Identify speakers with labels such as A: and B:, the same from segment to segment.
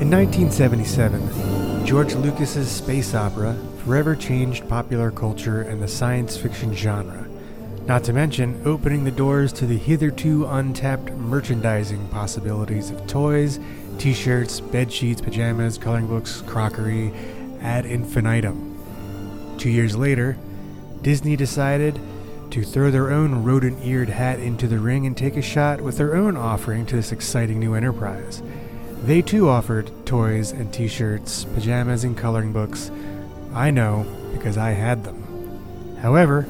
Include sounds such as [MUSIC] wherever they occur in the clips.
A: In 1977, George Lucas's space opera forever changed popular culture and the science fiction genre, not to mention opening the doors to the hitherto untapped merchandising possibilities of toys, t shirts, bed sheets, pajamas, coloring books, crockery, ad infinitum. Two years later, Disney decided to throw their own rodent eared hat into the ring and take a shot with their own offering to this exciting new enterprise. They too offered toys and t shirts, pajamas and coloring books. I know because I had them. However,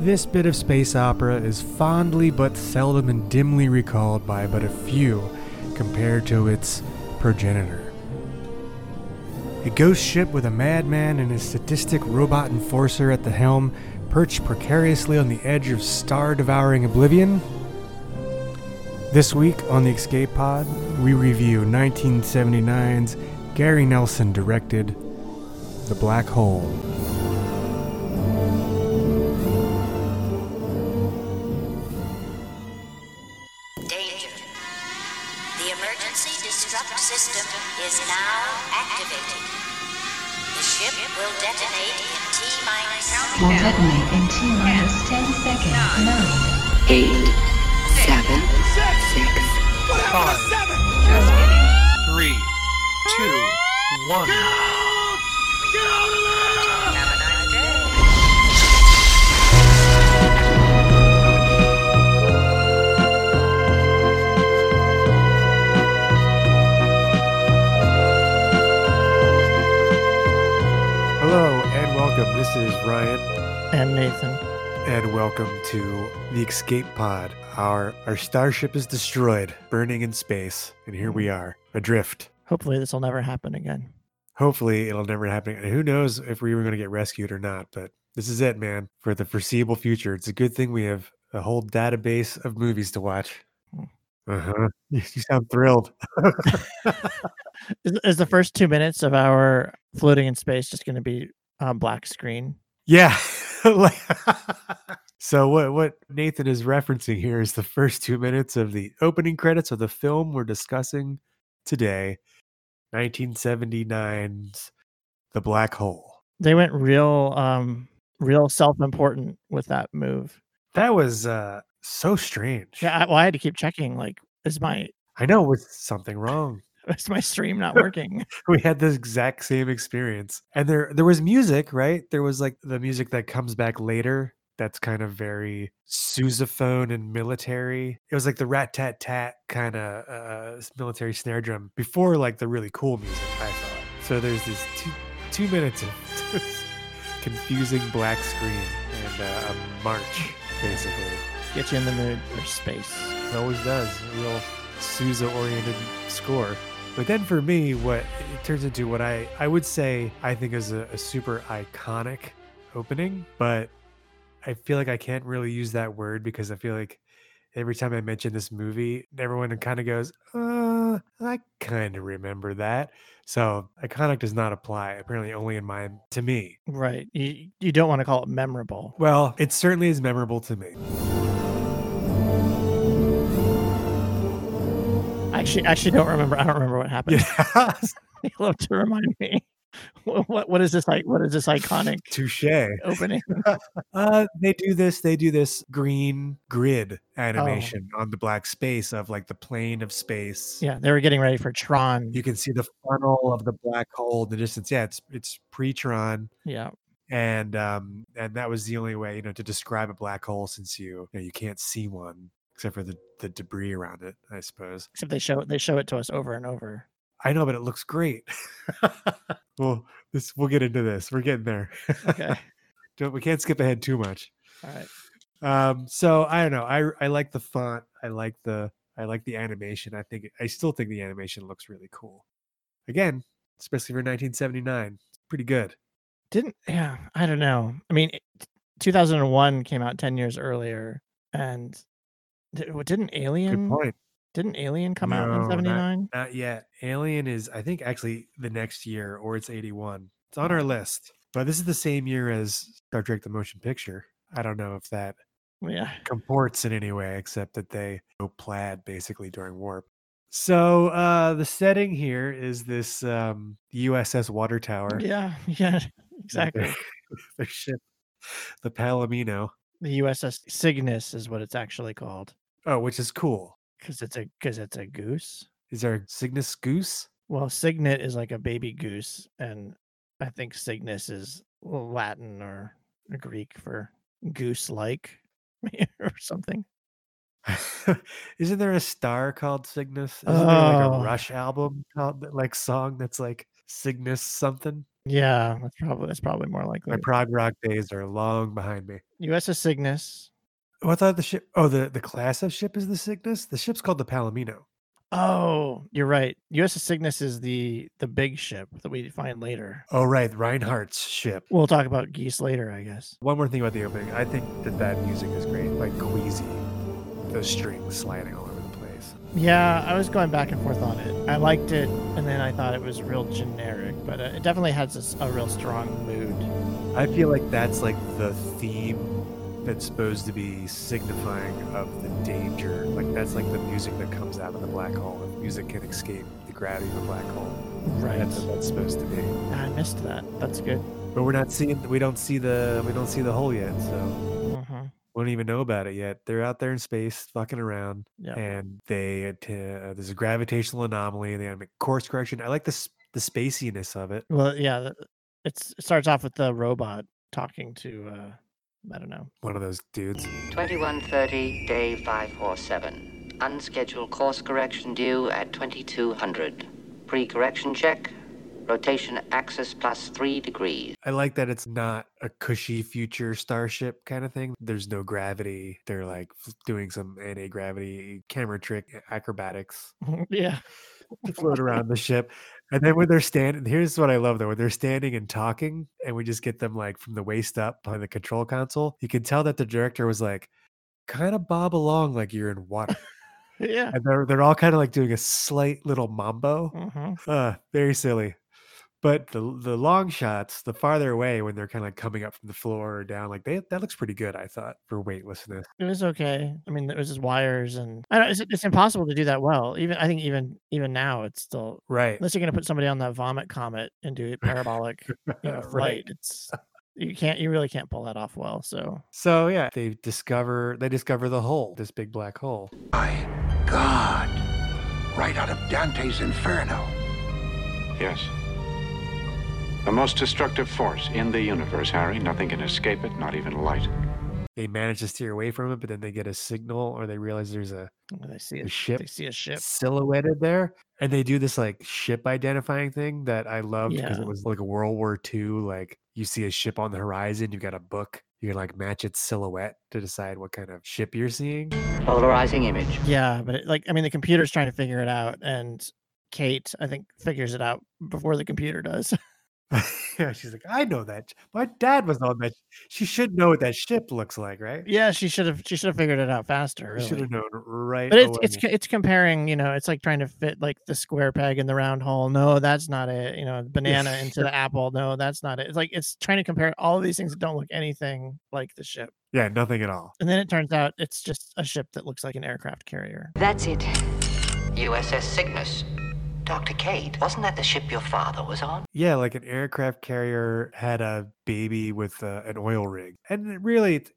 A: this bit of space opera is fondly but seldom and dimly recalled by but a few compared to its progenitor. A ghost ship with a madman and his sadistic robot enforcer at the helm perched precariously on the edge of star devouring oblivion? This week on the Escape Pod, we review 1979's Gary Nelson directed The Black Hole.
B: Danger. The emergency destruct system is now activated. The ship will detonate in T minus.
C: will detonate in T minus 10 seconds. 9,
D: eight, seven, six,
E: five, three, two, one.
A: Hello and welcome. This is Ryan,
F: And Nathan.
A: and welcome to the Escape Pod. Our our starship is destroyed, burning in space, and here we are, adrift.
F: Hopefully, this will never happen again.
A: Hopefully, it'll never happen. And who knows if we were going to get rescued or not, but this is it, man, for the foreseeable future. It's a good thing we have a whole database of movies to watch.
F: Mm.
A: Uh huh. [LAUGHS] You sound thrilled.
F: Is, is the first two minutes of our floating in space just going to be um, black screen?
A: Yeah. [LAUGHS] Like- so what what Nathan is referencing here is the first 2 minutes of the opening credits of the film we're discussing today, 1979's The Black Hole.
F: They went real, um, real self-important with that move.
A: That was uh so strange.
F: Yeah, I, well, I had to keep checking. Like, is my [LAUGHS]
A: I know was something wrong.
F: is my
A: [LAUGHS]
F: stream not working?
A: we had this exact same experience. And there there was music, right? There was like the music that comes back later that's kind of very sousaphone and military. It was like the rat tat tat kind of uh, s- military snare drum before like the really cool music, I thought. So there's this two, two minutes of [LAUGHS] this confusing black screen and uh, a march, basically.
F: Get you in the mood for space.
A: It always does. A real Sousa oriented score. But then for me, what it turns into what I, I would say I think is a, a super iconic opening, but I feel like I can't really use that word because I feel like every time I mention this movie, everyone kind of goes, uh, I kind of remember that. So iconic does not apply, apparently only in my, to me.
F: Right. You you don't want to call it memorable.
A: Well, it certainly is memorable to me. [LAUGHS]
F: I actually actually don't remember. I don't remember what happened. [LAUGHS]
A: Yeah.
F: you love to remind me. [LAUGHS] What, what what is this like? What is
A: [LAUGHS]
F: this iconic
A: Touche.
F: opening?
A: Uh, they do this. They do this green grid
F: Oh.
A: animation on the black space of like the plane of space.
F: Yeah, they were getting ready for Tron.
A: You can see the funnel of the black hole in the distance. Yeah, it's it's pre-tron,
F: Yeah.
A: and um, and that was the only way you know to describe a black hole since you you, know, you can't see one except for the the debris around it, I suppose.
F: except they show they show it to us over and over.
A: I know, but it looks great. [LAUGHS] well, this we'll get into this. We're getting there. [LAUGHS]
F: Okay, all
A: Don't, we can't skip ahead too much.
F: right.
A: Um, so I don't know. I I like the font. I like the I like the animation. I think I still think the animation looks really cool. Again, especially for 1979, it's pretty good.
F: Didn't yeah? I don't know. I mean, it- 2001 came out 10 years earlier, and di- w- didn't
A: Good
F: Alien
A: point.
F: didn't Alien come out
A: No,
F: in
A: not-
F: 79?
A: Not yet. Alien is I think actually the next year or it's 81. It's on our list. But this is the same year as Star Trek the Motion Picture. I don't know if that
F: Yeah,
A: comports in any way except that they go plaid basically during warp. So uh, the setting here is this um, USS Water Tower.
F: Yeah, [LAUGHS] yeah, exactly.
A: [LAUGHS]
F: [LAUGHS]
A: Their, their ship, the Palomino.
F: The USS Cygnus is what it's actually called
A: Oh, which is cool.
F: because it's a because it's a goose.
A: Is there a Cygnus Goose? [LAUGHS]
F: Well, Cygnet is like a baby goose, and I think Cygnus is Latin or Greek for goose-like [LAUGHS] or something.
A: Isn't there a star called Cygnus? Isn't there like
F: Oh.
A: a Rush album called that- like song that's like Cygnus something?
F: Yeah, that's probably that's probably more likely.
A: My prog rock days are long behind me.
F: USS Cygnus.
A: Oh, I thought the ship. Oh, the the class of ship is the Cygnus. The ship's called the Palomino.
F: Oh, you're right. USS Cygnus is the the big ship that we find later.
A: Oh, right, Reinhardt's ship.
F: We'll talk about geese later, I guess.
A: One more thing about the opening. I think that that music is great, like queasy, those strings sliding all over the place.
F: Yeah, I was going back and forth on it. I liked it, and then I thought it was real generic, but uh, it definitely has a s- a, real strong mood.
A: I feel like that's like the theme that's supposed to be signifying of the danger. Like that's like the music that comes out of the black hole. If music can escape the gravity of the black hole, that's what that's supposed to be.
F: I missed that. That's good.
A: But we're not seeing. We don't see the. We don't see the hole yet. So
F: Uh-huh.
A: we don't even know about it yet. They're out there in space, fucking around,
F: Yeah.
A: and they att- uh, there's a gravitational anomaly. They make course correction. I like the s- the spaciness of it.
F: Well, yeah. th- It's, it starts off with the robot talking to, uh, I don't know. [LAUGHS]
A: One of those dudes.
G: 2130, day 547. Unscheduled course correction due at 2200. Pre correction check. Rotation axis plus 3 degrees.
A: I like that it's not a cushy future starship kind of thing. There's no gravity. They're like f- doing some anti gravity camera trick eh, acrobatics
F: yeah.
A: to float around the ship. And then when they're standing, here's what I love though when they're standing and talking, and we just get them like from the waist up behind the control console, you can tell that the director was like, kind of bob along like you're in water.
F: Yeah.
A: and they're, they're all kind of like doing a slight little mambo.
F: Uh-huh.
A: Uh, very silly. But the the long shots, the farther away when they're kind of like coming up from the floor or down, like they that looks pretty good. I thought for weightlessness.
F: It was okay. I mean, it was just wires, and I don't. It's, it's impossible to do that well. Even I think even even now, it's still
A: Right.
F: unless you're going to put somebody on that vomit comet and do it parabolic you know,
A: [LAUGHS]
F: flight.
A: right.
F: It's you can't. You really can't pull that off well. So
A: So yeah, they discover they discover the hole, this big black hole.
H: My God. Right out of Dante's Inferno.
E: Yes. The most destructive force in the universe, Harry. Nothing can escape it, not even light.
A: They manage to steer away from it, but then they get a signal or they realize there's a
F: when they see
A: A
F: a
A: ship.
F: They see a ship.
A: silhouetted there. And they do this like ship identifying thing that I loved because
F: Yeah.
A: it was like a World War II. Like you see a ship on the horizon, you've got a book, you can like match its silhouette to decide what kind of ship you're seeing.
G: Polarizing image.
F: Yeah, but it, like I mean, the computer's trying to figure it out, and Kate I think figures it out before the computer does. [LAUGHS]
A: [LAUGHS] yeah, she's like, I know that. sh- My dad was on that. sh- She should know what that ship looks like, right?
F: yeah, she should have. She should have figured it out faster.
A: She should
F: really.
A: have known right.
F: But it's it's
A: away.
F: co- it's comparing, you know, it's like trying to fit like the square peg in the round hole. No, that's not it. You know, banana into the apple. No, that's not it. It's like it's trying to compare all of these things that don't look anything like the ship.
A: yeah, nothing at all.
F: And then it turns out it's just a ship that looks like an aircraft carrier.
G: That's it. USS Cygnus. Dr. Kate, wasn't that the ship your father was on?
A: Yeah, like an aircraft carrier had a baby with uh, an oil rig, and it really, it's-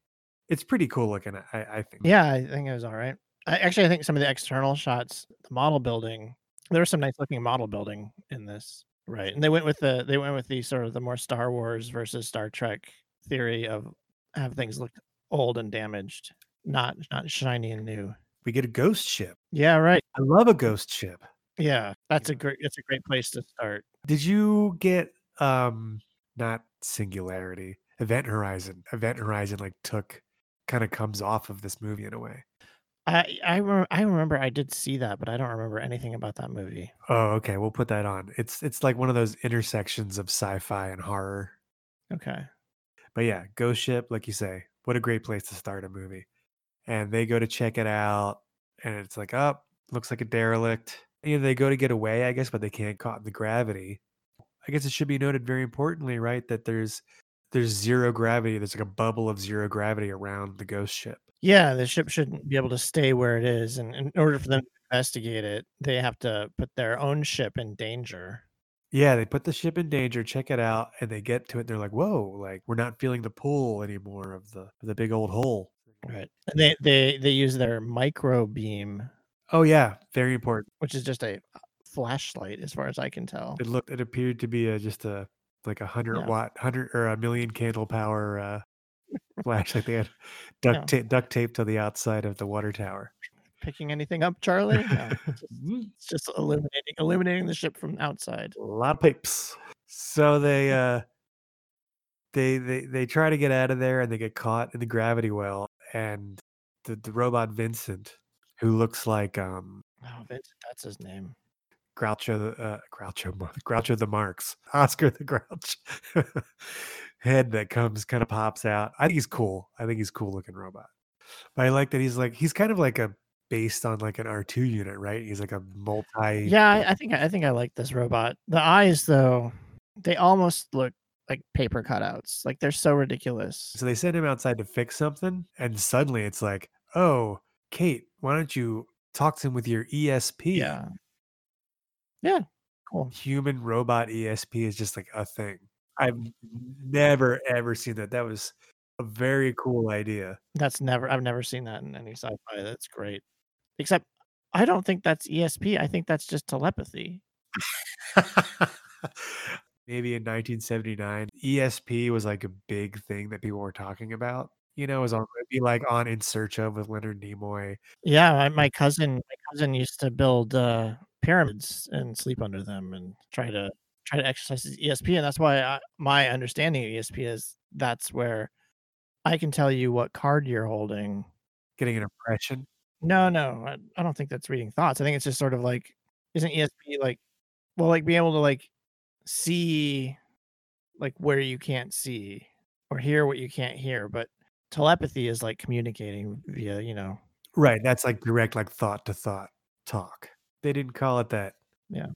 A: it's pretty cool looking. I, I think.
F: Yeah, I think it was all right. I actually I think some of the external shots, the model building, there was some nice looking model building in this. Right. And they went with the they went with the sort of the more Star Wars versus Star Trek theory of have things look old and damaged, not not shiny and new.
A: We get a ghost ship.
F: Yeah, right.
A: I love a ghost ship.
F: Yeah. That's a great that's a great place to start.
A: Did you get um not singularity? Event Horizon. Event Horizon like took kind of comes off of this movie in a way.
F: I I, re- I remember I did see that, but I don't remember anything about that movie.
A: Oh, okay. We'll put that on. It's it's like one of those intersections of sci-fi and horror.
F: Okay.
A: But yeah, Ghost Ship, like you say, what a great place to start a movie. And they go to check it out, and it's like, up, looks like a derelict. You know, they go to get away, I guess, but they can't caught in the gravity. I guess it should be noted very importantly, right, that there's there's zero gravity. There's like a bubble of zero gravity around the ghost ship.
F: Yeah, the ship shouldn't be able to stay where it is, and in order for them to investigate it, they have to put their own ship in danger.
A: Yeah, they put the ship in danger, check it out, and they get to it. And they're like, "Whoa! Like we're not feeling the pull anymore of the of the big old hole."
F: Right. And they they they use their micro beam,
A: Oh yeah, very important.
F: which is just a uh, flashlight, as far as I can tell.
A: It looked. It appeared to be a, just a like a hundred
F: Oh. Yeah.
A: watt, hundred or a million candle power uh, flashlight. They had duct tape duct tape to the outside of the water tower.
F: Picking anything up, Charlie? [LAUGHS] No, it's just- it's just illuminating illuminating the ship from outside.
A: A lot of pipes. So they uh they they they try to get out of there and they get caught in the gravity well and the, the robot Vincent who looks like um
F: Oh, Vincent, that's his name.
A: Groucho the uh, Groucho Mar- [LAUGHS] Groucho the Marx [LAUGHS] Oscar the Grouch [LAUGHS] head that comes kind of pops out. I think he's cool. I think he's cool looking robot. But I like that he's like he's kind of like a based on like an R two unit, right? He's like a multi
F: Yeah, I, I think I think I like this robot. The eyes, though, they almost look like paper cutouts. Like they're so ridiculous.
A: So they send him outside to fix something, and suddenly it's like, oh, Kate, why don't you talk to him with your E ESP?
F: Yeah. Yeah. Cool.
A: Human robot ESP is just like a thing. I've never, ever seen that. That was a very cool idea.
F: That's never. I've never seen that in any sci-fi. That's great. Except, I don't think that's ESP. I think that's just telepathy.
A: [LAUGHS] Maybe in 1979, ESP was like a big thing that people were talking about. You know, it was on, it'd be like on In Search of with Leonard Nimoy.
F: Yeah, my, my cousin. My cousin used to build uh, pyramids and sleep under them and try to try to exercise his ESP. And that's why I, my understanding of ESP is that's where I can tell you what card you're holding
A: Getting an impression.
F: No, no, I, I don't think that's reading thoughts. I think it's just sort of like, isn't ESP like, well, like being able to like see, like where you can't see or hear what you can't hear, but telepathy is like communicating via, you know,
A: Right. That's like direct, like thought to thought talk. They didn't call it that.
F: yeah,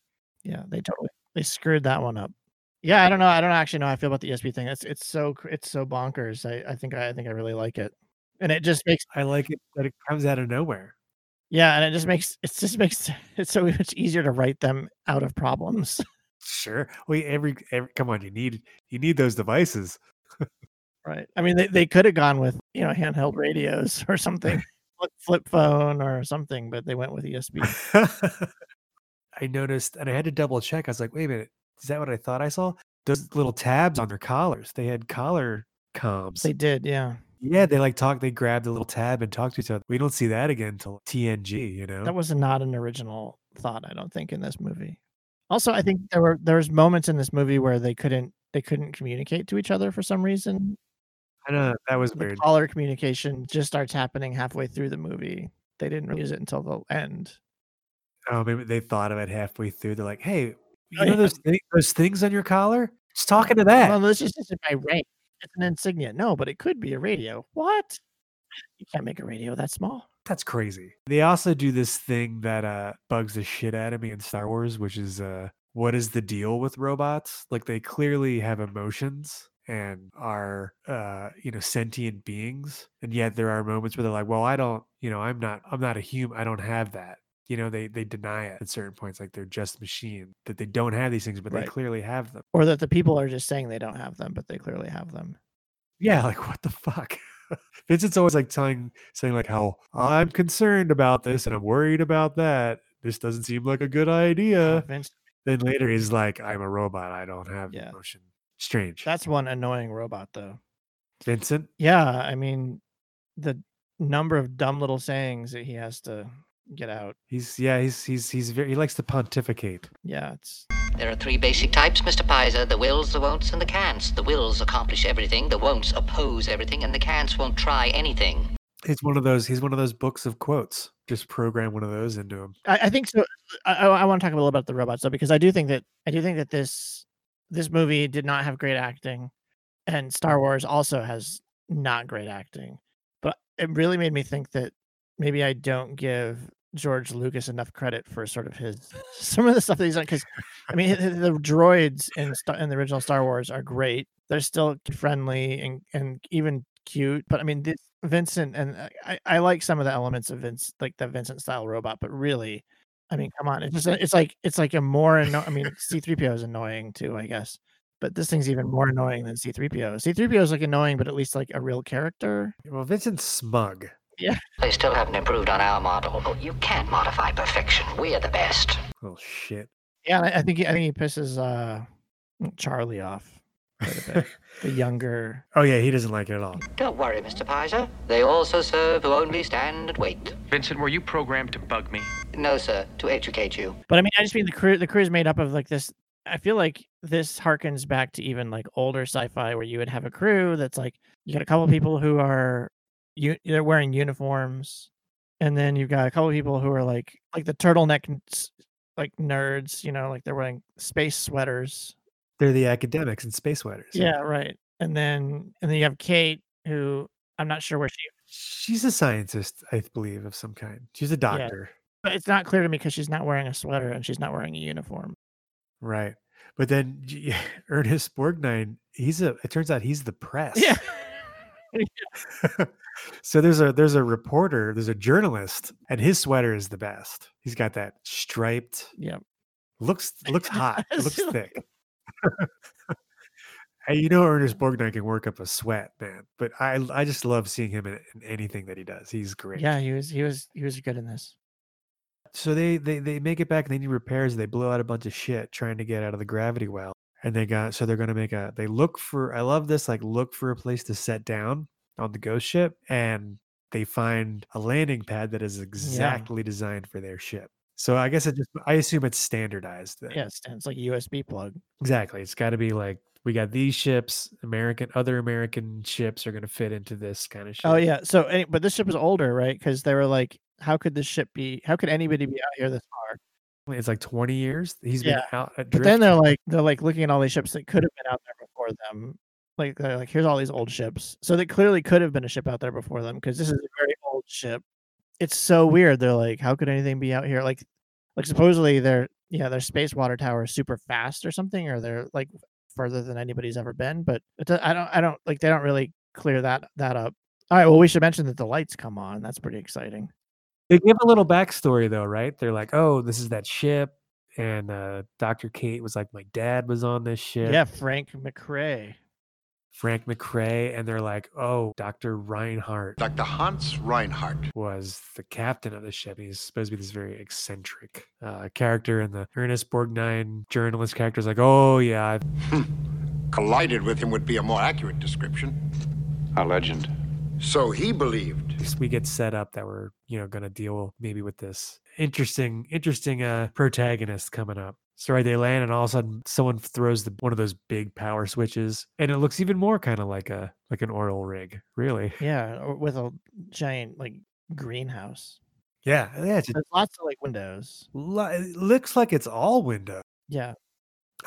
F: they totally they screwed that one up. Yeah, I don't know. I don't actually know how I feel about the ESP thing. It's it's so cr- it's so bonkers. I I think I, I think I really like it, and it just makes
A: I like it that it comes out of nowhere.
F: yeah, and it just makes it just makes [LAUGHS] it so much easier to write them out of problems.
A: Sure. Well, every, every come on, you need you need those devices.
F: Right. I mean, they, they could have gone with, you know, handheld radios [LAUGHS] or something, flip, flip phone or something, but they went with
A: [LAUGHS]
F: ESP.
A: I noticed, and I had to double check. I was like, wait a minute, is that what I thought I saw? Those little tabs on their collars. They had collar comms.
F: they did. Yeah.
A: yeah, they like talk. They grabbed a little tab and talk to each other. We don't see that again until TNG. You know.
F: That was not an original thought, I don't think, in this movie. Also, I think there were there's moments in this movie where they couldn't they couldn't communicate to each other for some reason.
A: I know that was
F: The
A: weird.
F: caller communication just starts happening halfway through the movie. They didn't really use it until the end.
A: Oh, maybe they thought of it halfway through. They're like, hey, you
F: Oh,
A: know
F: yeah.
A: those thi- those things on your collar? It's talking to that.
F: Well, this just isn't my ring. It's an insignia. No, but it could be a radio. What? You can't make a radio that small.
A: That's crazy. They also do this thing that uh bugs the shit out of me in Star Wars, which is uh what is the deal with robots? Like they clearly have emotions and are uh you know sentient beings and yet there are moments where they're like well i don't you know i'm not i'm not a human i don't have that you know they they deny it at certain points like they're just machine that they don't have these things but they
F: Right.
A: clearly have them
F: or that the people are just saying they don't have them, but they clearly have them.
A: Yeah, like what the fuck? [LAUGHS] Vincent's always like telling saying like how I'm concerned about this and I'm worried about that. This doesn't seem like a good idea.
F: Uh, Vince-
A: Then later he's like, I'm a robot. I don't have
F: Yeah.
A: emotion. Strange.
F: That's one annoying robot, though.
A: Vincent.
F: Yeah, I mean, the number of dumb little sayings that he has to get out.
A: He's yeah, he's he's he's very he likes to pontificate.
F: Yeah, it's
G: There are three basic types, Mr. Pizer the wills, the won'ts, and the can'ts. The wills accomplish everything, the won'ts oppose everything, and the can'ts won't try anything.
A: He's one of those he's one of those books of quotes. Just program one of those into him.
F: I, I think so. I, I want to talk a little about the robots though, because I do think that I do think that this this movie did not have great acting, and Star Wars also has not great acting. But it really made me think that maybe I don't give George Lucas enough credit for sort of his [LAUGHS] some of the stuff that he's done. Because I mean, the, the droids in Star, in the original Star Wars are great. They're still kid friendly and and even cute. But I mean, this Vincent and uh, I, I like some of the elements of Vince, like the Vincent style robot, but really, I mean, come on, it's just it's like it's like a more anno- I mean, C3PO is annoying too, I guess, but this thing's even more annoying than C3PO. C3PO is like annoying, but at least like a real character.
A: [LAUGHS] Well, Vincent's smug.
G: They still haven't improved on our model. Oh, you can't modify perfection. We're the best.
A: Oh shit.
F: Yeah, and I, I think he- I think he pisses uh Charlie off, quite a bit. the younger.
A: [LAUGHS] Oh yeah, he doesn't like it at all.
G: Don't worry, Mr. Pizer. They also serve who only stand and wait.
I: Vincent, were you programmed to bug me?
G: No, sir, to educate you.
F: But I mean, I just mean the crew. The crew is made up of like this. I feel like this harkens back to even like older sci-fi, where you would have a crew that's like you got a couple people who are you they're wearing uniforms, and then you've got a couple people who are like like the turtleneck n- s- like nerds, you know, like they're wearing space sweaters.
A: They're the academics and space sweaters.
F: Yeah, right. And then and then you have Kate, who I'm not sure where she.
A: She's a scientist, I believe, of some kind. She's a doctor.
F: But it's not clear to me because she's not wearing a sweater and she's not wearing a uniform.
A: Right. But then y- [LAUGHS] Ernest Borgnine, he's a it turns out he's the press.
F: [LAUGHS] Yeah.
A: [LAUGHS] so there's a there's a reporter, there's a journalist, and his sweater is the best. He's got that striped,
F: yeah.
A: looks looks hot, looks
F: Sure.
A: thick. [LAUGHS] hey, you know Ernest Borgnine can work up a sweat, man. But I I just love seeing him in, in anything that he does. He's great.
F: Yeah, he was he was he was good in this.
A: So they they they make it back and they need repairs. They blow out a bunch of shit trying to get out of the gravity well. And they got so they're gonna make a they look for I love this, like look for a place to set down on the ghost ship and they find a landing pad that is exactly designed for their ship. So I guess it just I assume it's standardized. then.
F: Yeah, it's, it's like a USB plug.
A: Exactly. It's gotta be like we got these ships, American other American ships are gonna fit into this kind of ship.
F: Oh yeah. So, any, but this ship is older, right? Because they were like, how could this ship be? How could anybody be out here this far?
A: It's like twenty years. He's
F: Yeah.
A: been out uh, adrift.
F: But then they're like, they're like looking at all these ships that could have been out there before them. Like, they're like here's all these old ships. So they clearly could have been a ship out there before them because this is a very old ship. It's so weird. They're like, how could anything be out here? Like, like supposedly their yeah their space water tower is super fast or something, or they're like further than anybody's ever been. But it, do- I don't I don't like they don't really clear that that up. All right. Well, we should mention that the lights come on. That's pretty exciting.
A: They give a little backstory though, right? They're like, "Oh, this is that ship," and uh, Doctor Kate was like, "My dad was on this ship."
F: Yeah, Frank McRae.
A: Frank McRae, and they're like, "Oh, Doctor Reinhardt
J: Dr. Hans Reinhardt.
A: was the captain of the ship. He's supposed to be this very eccentric uh, character." And the Ernest Borgnine journalist character is like, "Oh yeah, I've
J: Collided with him would be a more accurate description.
K: A legend.
J: So he believed.
A: we get set up that we're you know going to deal maybe with this interesting interesting uh protagonist coming up so right they land and all of a sudden someone throws the, one of those big power switches and it looks even more kind of like a like an oil rig really
F: Yeah, or with a giant like greenhouse.
A: yeah uh, yeah it's a
F: There's lots of like windows.
A: lo- it looks like it's all window
F: Yeah,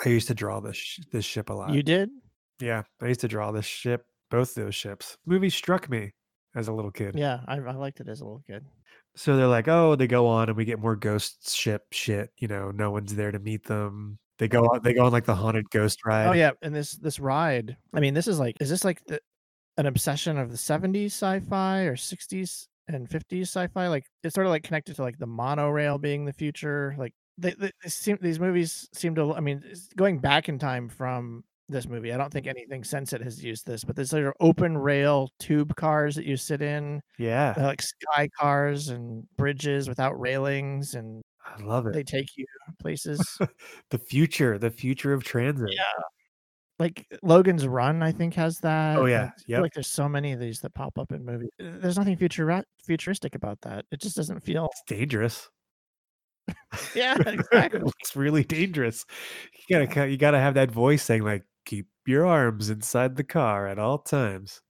A: i used to draw this sh- this ship a lot
F: you did.
A: yeah i used to draw this ship both those ships movie struck me as a little kid
F: Yeah, I, I liked it as a little kid.
A: so they're like, oh, they go on and we get more ghost ship shit. You know, no one's there to meet them. They go on, they go on like the haunted ghost ride.
F: Oh yeah, and this this ride. I mean, this is like is this like the, an obsession of the '70s sci-fi or '60s and '50s sci-fi? Like it's sort of like connected to like the monorail being the future. Like they, they, they seem these movies seem to. I mean, it's going back in time from this movie, I don't think anything since it has used this. But there's like open rail tube cars that you sit in.
A: Yeah.
F: uh, like sky cars and bridges without railings and
A: I love it.
F: they take you places
A: [LAUGHS] the future, the future of transit.
F: Yeah. like logan's run i think has that
A: Oh
F: like,
A: yeah.
F: I feel
A: Yep.
F: like there's so many of these that pop up in movies Uh, there's nothing futura- futuristic about that it just
A: [LAUGHS]
F: doesn't feel [LAUGHS]
A: It's dangerous.
F: yeah exactly
A: it's really dangerous. You gotta ca- you gotta have that voice saying like, keep your arms inside the car at all times.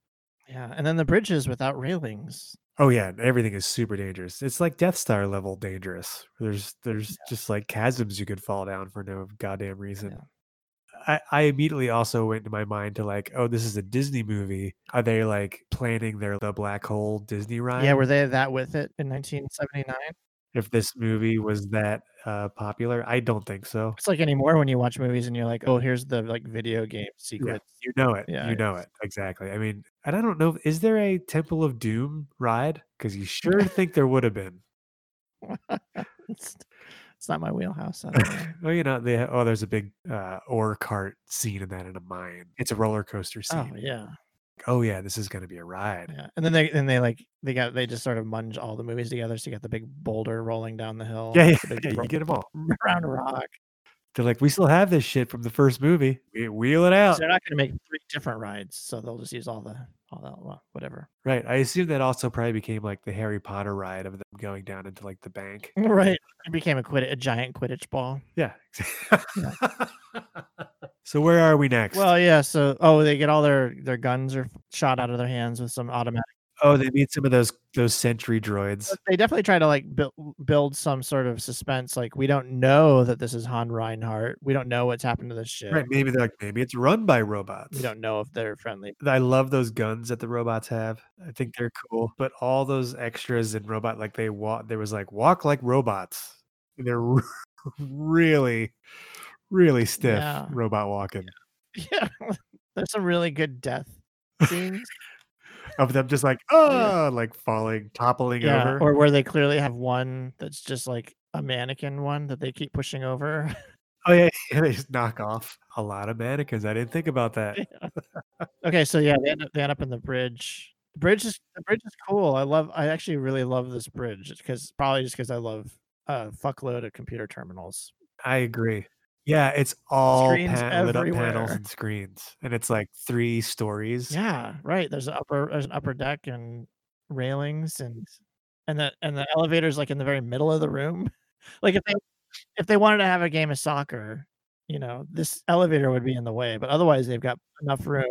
F: yeah and then the bridges without railings
A: Oh yeah, and everything is super dangerous. It's like Death Star level dangerous. There's there's just like chasms you could fall down for no goddamn reason. I, I immediately also went to my mind to like, oh, this is a Disney movie. Are they like planning their the black hole Disney ride?
F: yeah were they that with it in 1979
A: if this movie was that uh, popular. I don't think so.
F: It's like anymore when you watch movies and you're like, oh, here's the like video game
A: Yeah,
F: sequence.
A: you know it.
F: Yeah,
A: you
F: yeah.
A: know it exactly. I mean, and I don't know. Is there a Temple of Doom ride? Because you sure think there would have been.
F: [LAUGHS] it's, it's not
A: [LAUGHS]
F: my wheelhouse. I don't know.
A: well, you know, they ha- oh, there's a big uh, ore cart scene in that in a mine. It's a roller coaster
F: oh
A: scene.
F: yeah,
A: Oh yeah, this is gonna be a ride.
F: yeah. And then they and they like they got they just sort of munge all the movies together. So you got the big boulder rolling down the hill.
A: Yeah, yeah,
F: the
A: [LAUGHS]
F: big
A: yeah,
F: ro-
A: you get them all.
F: [LAUGHS] round rock.
A: They're like, we still have this shit from the first movie. We wheel it
F: So
A: out.
F: they're not going to make three different rides, so they'll just use all the all that well, whatever.
A: Right. I assume that also probably became like the Harry Potter ride of them going down into like the
F: [LAUGHS]
A: bank.
F: [LAUGHS] Right. It became a quid a giant Quidditch ball.
A: Yeah. [LAUGHS] so where are we next?
F: Well, yeah. So oh, they get all their their guns are shot out of their hands with some automatic.
A: oh, they meet some of those those sentry droids.
F: but they definitely try to like build build some sort of suspense. Like we don't know that this is Han Reinhardt. We don't know what's happened to this ship.
A: Right. Maybe they're like, maybe it's run by
F: We
A: robots.
F: don't know if they're friendly. [LAUGHS]
A: I love those guns that the robots have. I think they're cool. But all those extras in robot, like they walk, there was like walk like robots. And they're re- [LAUGHS] really, really stiff
F: Yeah.
A: robot walking
F: Yeah, [LAUGHS] there's some really good death [LAUGHS] scenes.
A: of them just like oh, like falling, toppling
F: yeah,
A: over.
F: or where they clearly have one that's just like a mannequin one that they keep pushing over.
A: oh yeah, [LAUGHS] yeah, they just knock off a lot of mannequins. I didn't think about that.
F: Eh. okay, so yeah, they end up they end up in the bridge. The bridge is the bridge is cool. I love. I actually really love this bridge because probably just because I love a fuckload of computer terminals.
A: I agree. Yeah, it's all
F: Screens
A: pan- lit up panels
F: everywhere.
A: and screens, and it's like three stories.
F: Yeah, right. There's an upper there's an upper deck and railings and and the and the elevator's like in the very middle of the room. [LAUGHS] Like if they if they wanted to have a game of soccer, you know, this elevator would be in the way. But otherwise they've got enough room.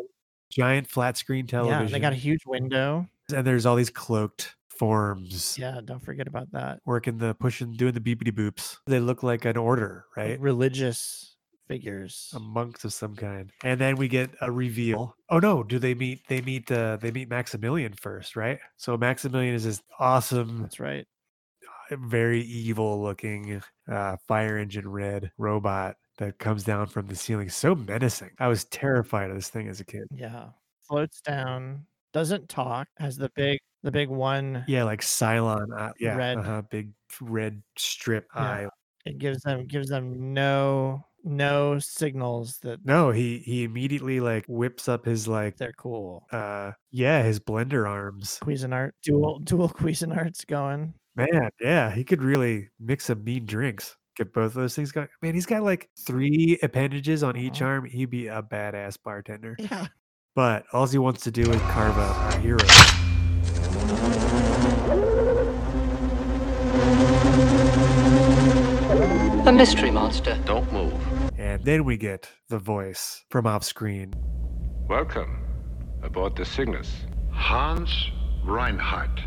A: Giant flat screen television.
F: Yeah, they got a huge window.
A: and there's all these cloaked forms
F: Yeah, don't forget about that.
A: working the pushing, doing the beepity boops. They look like an order,
F: Like,
A: right? Um,
F: Religious figures.
A: A monks of some kind. And then we get a reveal. Oh no, do they meet they meet uh they meet Maximilian first, right? So Maximilian is this awesome, uh,
F: That's right.
A: very evil looking uh fire engine red robot that comes down from the ceiling. So menacing. I was terrified of this thing as a kid.
F: Yeah. Floats down, doesn't talk, has the big the big one
A: Yeah, like Cylon. Uh, yeah,
F: Red.
A: Uh-huh, big red strip
F: Yeah.
A: eye
F: it gives them gives them no no signals that
A: No, he he immediately like whips up his like
F: they're cool.
A: uh yeah, his blender arms.
F: Cuisinart, dual dual [LAUGHS] Cuisinarts going.
A: Man, yeah, he could really mix some mean drinks. Get both of those things going. Man, he's got like three appendages on each
F: Uh-huh.
A: arm. He'd be a badass bartender.
F: Yeah.
A: But all he wants to do is carve up our hero.
G: The mystery monster.
I: Don't move.
A: And then we get the voice from off screen.
K: Welcome aboard the Cygnus.
J: Hans Reinhardt.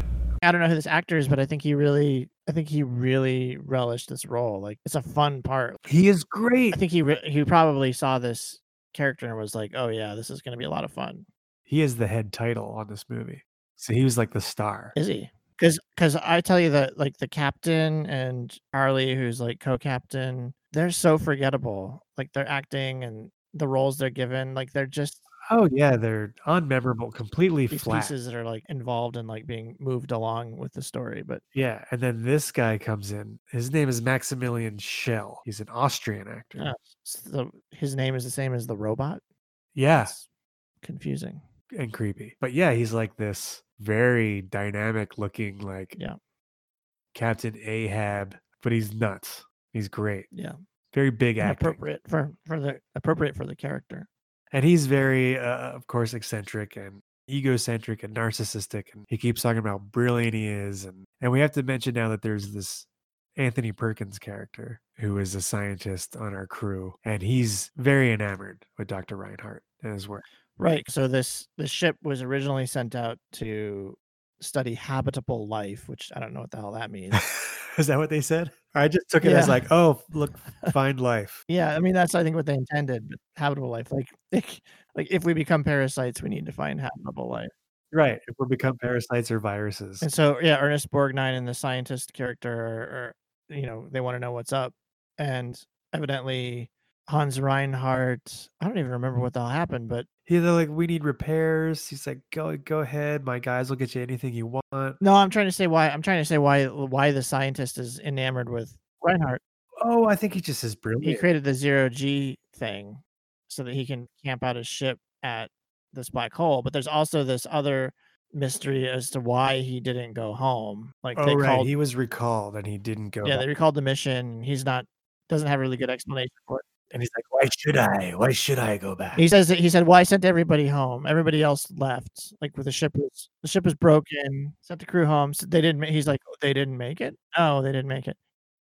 F: I don't know who this actor is, but I think he really I think he really relished this role. Like it's a fun part.
A: He is
F: I
A: great.
F: think he re- he probably saw this character and was like, "Oh yeah, this is going to be a lot of fun."
A: He is the head title on this movie. So he was like the star.
F: Is he? Cuz cuz I tell you that like the captain and Harley who's like co-captain, they're so forgettable. Like their acting and the roles they're given, like they're just
A: Oh yeah, they're unmemorable, completely
F: these
A: flat.
F: pieces that are like involved in like being moved along with the story, but
A: Yeah, and then this guy comes in. His name is Maximilian Schell. He's an Austrian actor.
F: Uh, so his name is the same as the robot.
A: yeah,
F: That's confusing.
A: and creepy. But yeah, he's like this very dynamic looking like
F: Yeah.
A: Captain Ahab, but he's nuts. He's great.
F: Yeah,
A: Very big actor.
F: appropriate for for the appropriate for the character.
A: And he's very uh, of course eccentric and egocentric and narcissistic and he keeps talking about how brilliant he is and and we have to mention now that there's this Anthony Perkins character who is a scientist on our crew and he's very enamored with Dr. Reinhardt and his work.
F: Right. So this this ship was originally sent out to study habitable life, which I don't know what the hell that means.
A: [LAUGHS] is that what they said? I just took it as
F: Yeah.
A: like, oh, look, [LAUGHS] find life.
F: yeah, I mean that's I think what they [LAUGHS] intended, but habitable life. Like like, like if we become parasites, we need to find habitable life.
A: right. If we become parasites or viruses.
F: And so, yeah, Ernest Borgnine and the scientist character, are, are, you know, they want to know what's up. And evidently, Hans Reinhardt, I don't even remember what the hell happened, but
A: Yeah, they're like, we need repairs. He's like, go go ahead. My guys will get you anything you want.
F: no, I'm trying to say why. I'm trying to say why why the scientist is enamored with Reinhardt.
A: Oh, I think he just is
F: He
A: brilliant.
F: created the zero G thing so that he can camp out his ship at this black hole. But there's also this other mystery as to why he didn't go home. Like
A: oh,
F: they
A: right.
F: called
A: He was recalled and he didn't go.
F: yeah,
A: back.
F: they recalled the mission. He's not doesn't have a really good explanation for it.
A: and he's like, why should I? Why should I go back?
F: He says that he said, "Well, I sent everybody home. Everybody else left. Like with the ship was the ship was broken. Sent the crew home. So they didn't. ma- He's like, "Oh, they didn't make it. Oh, they didn't make it.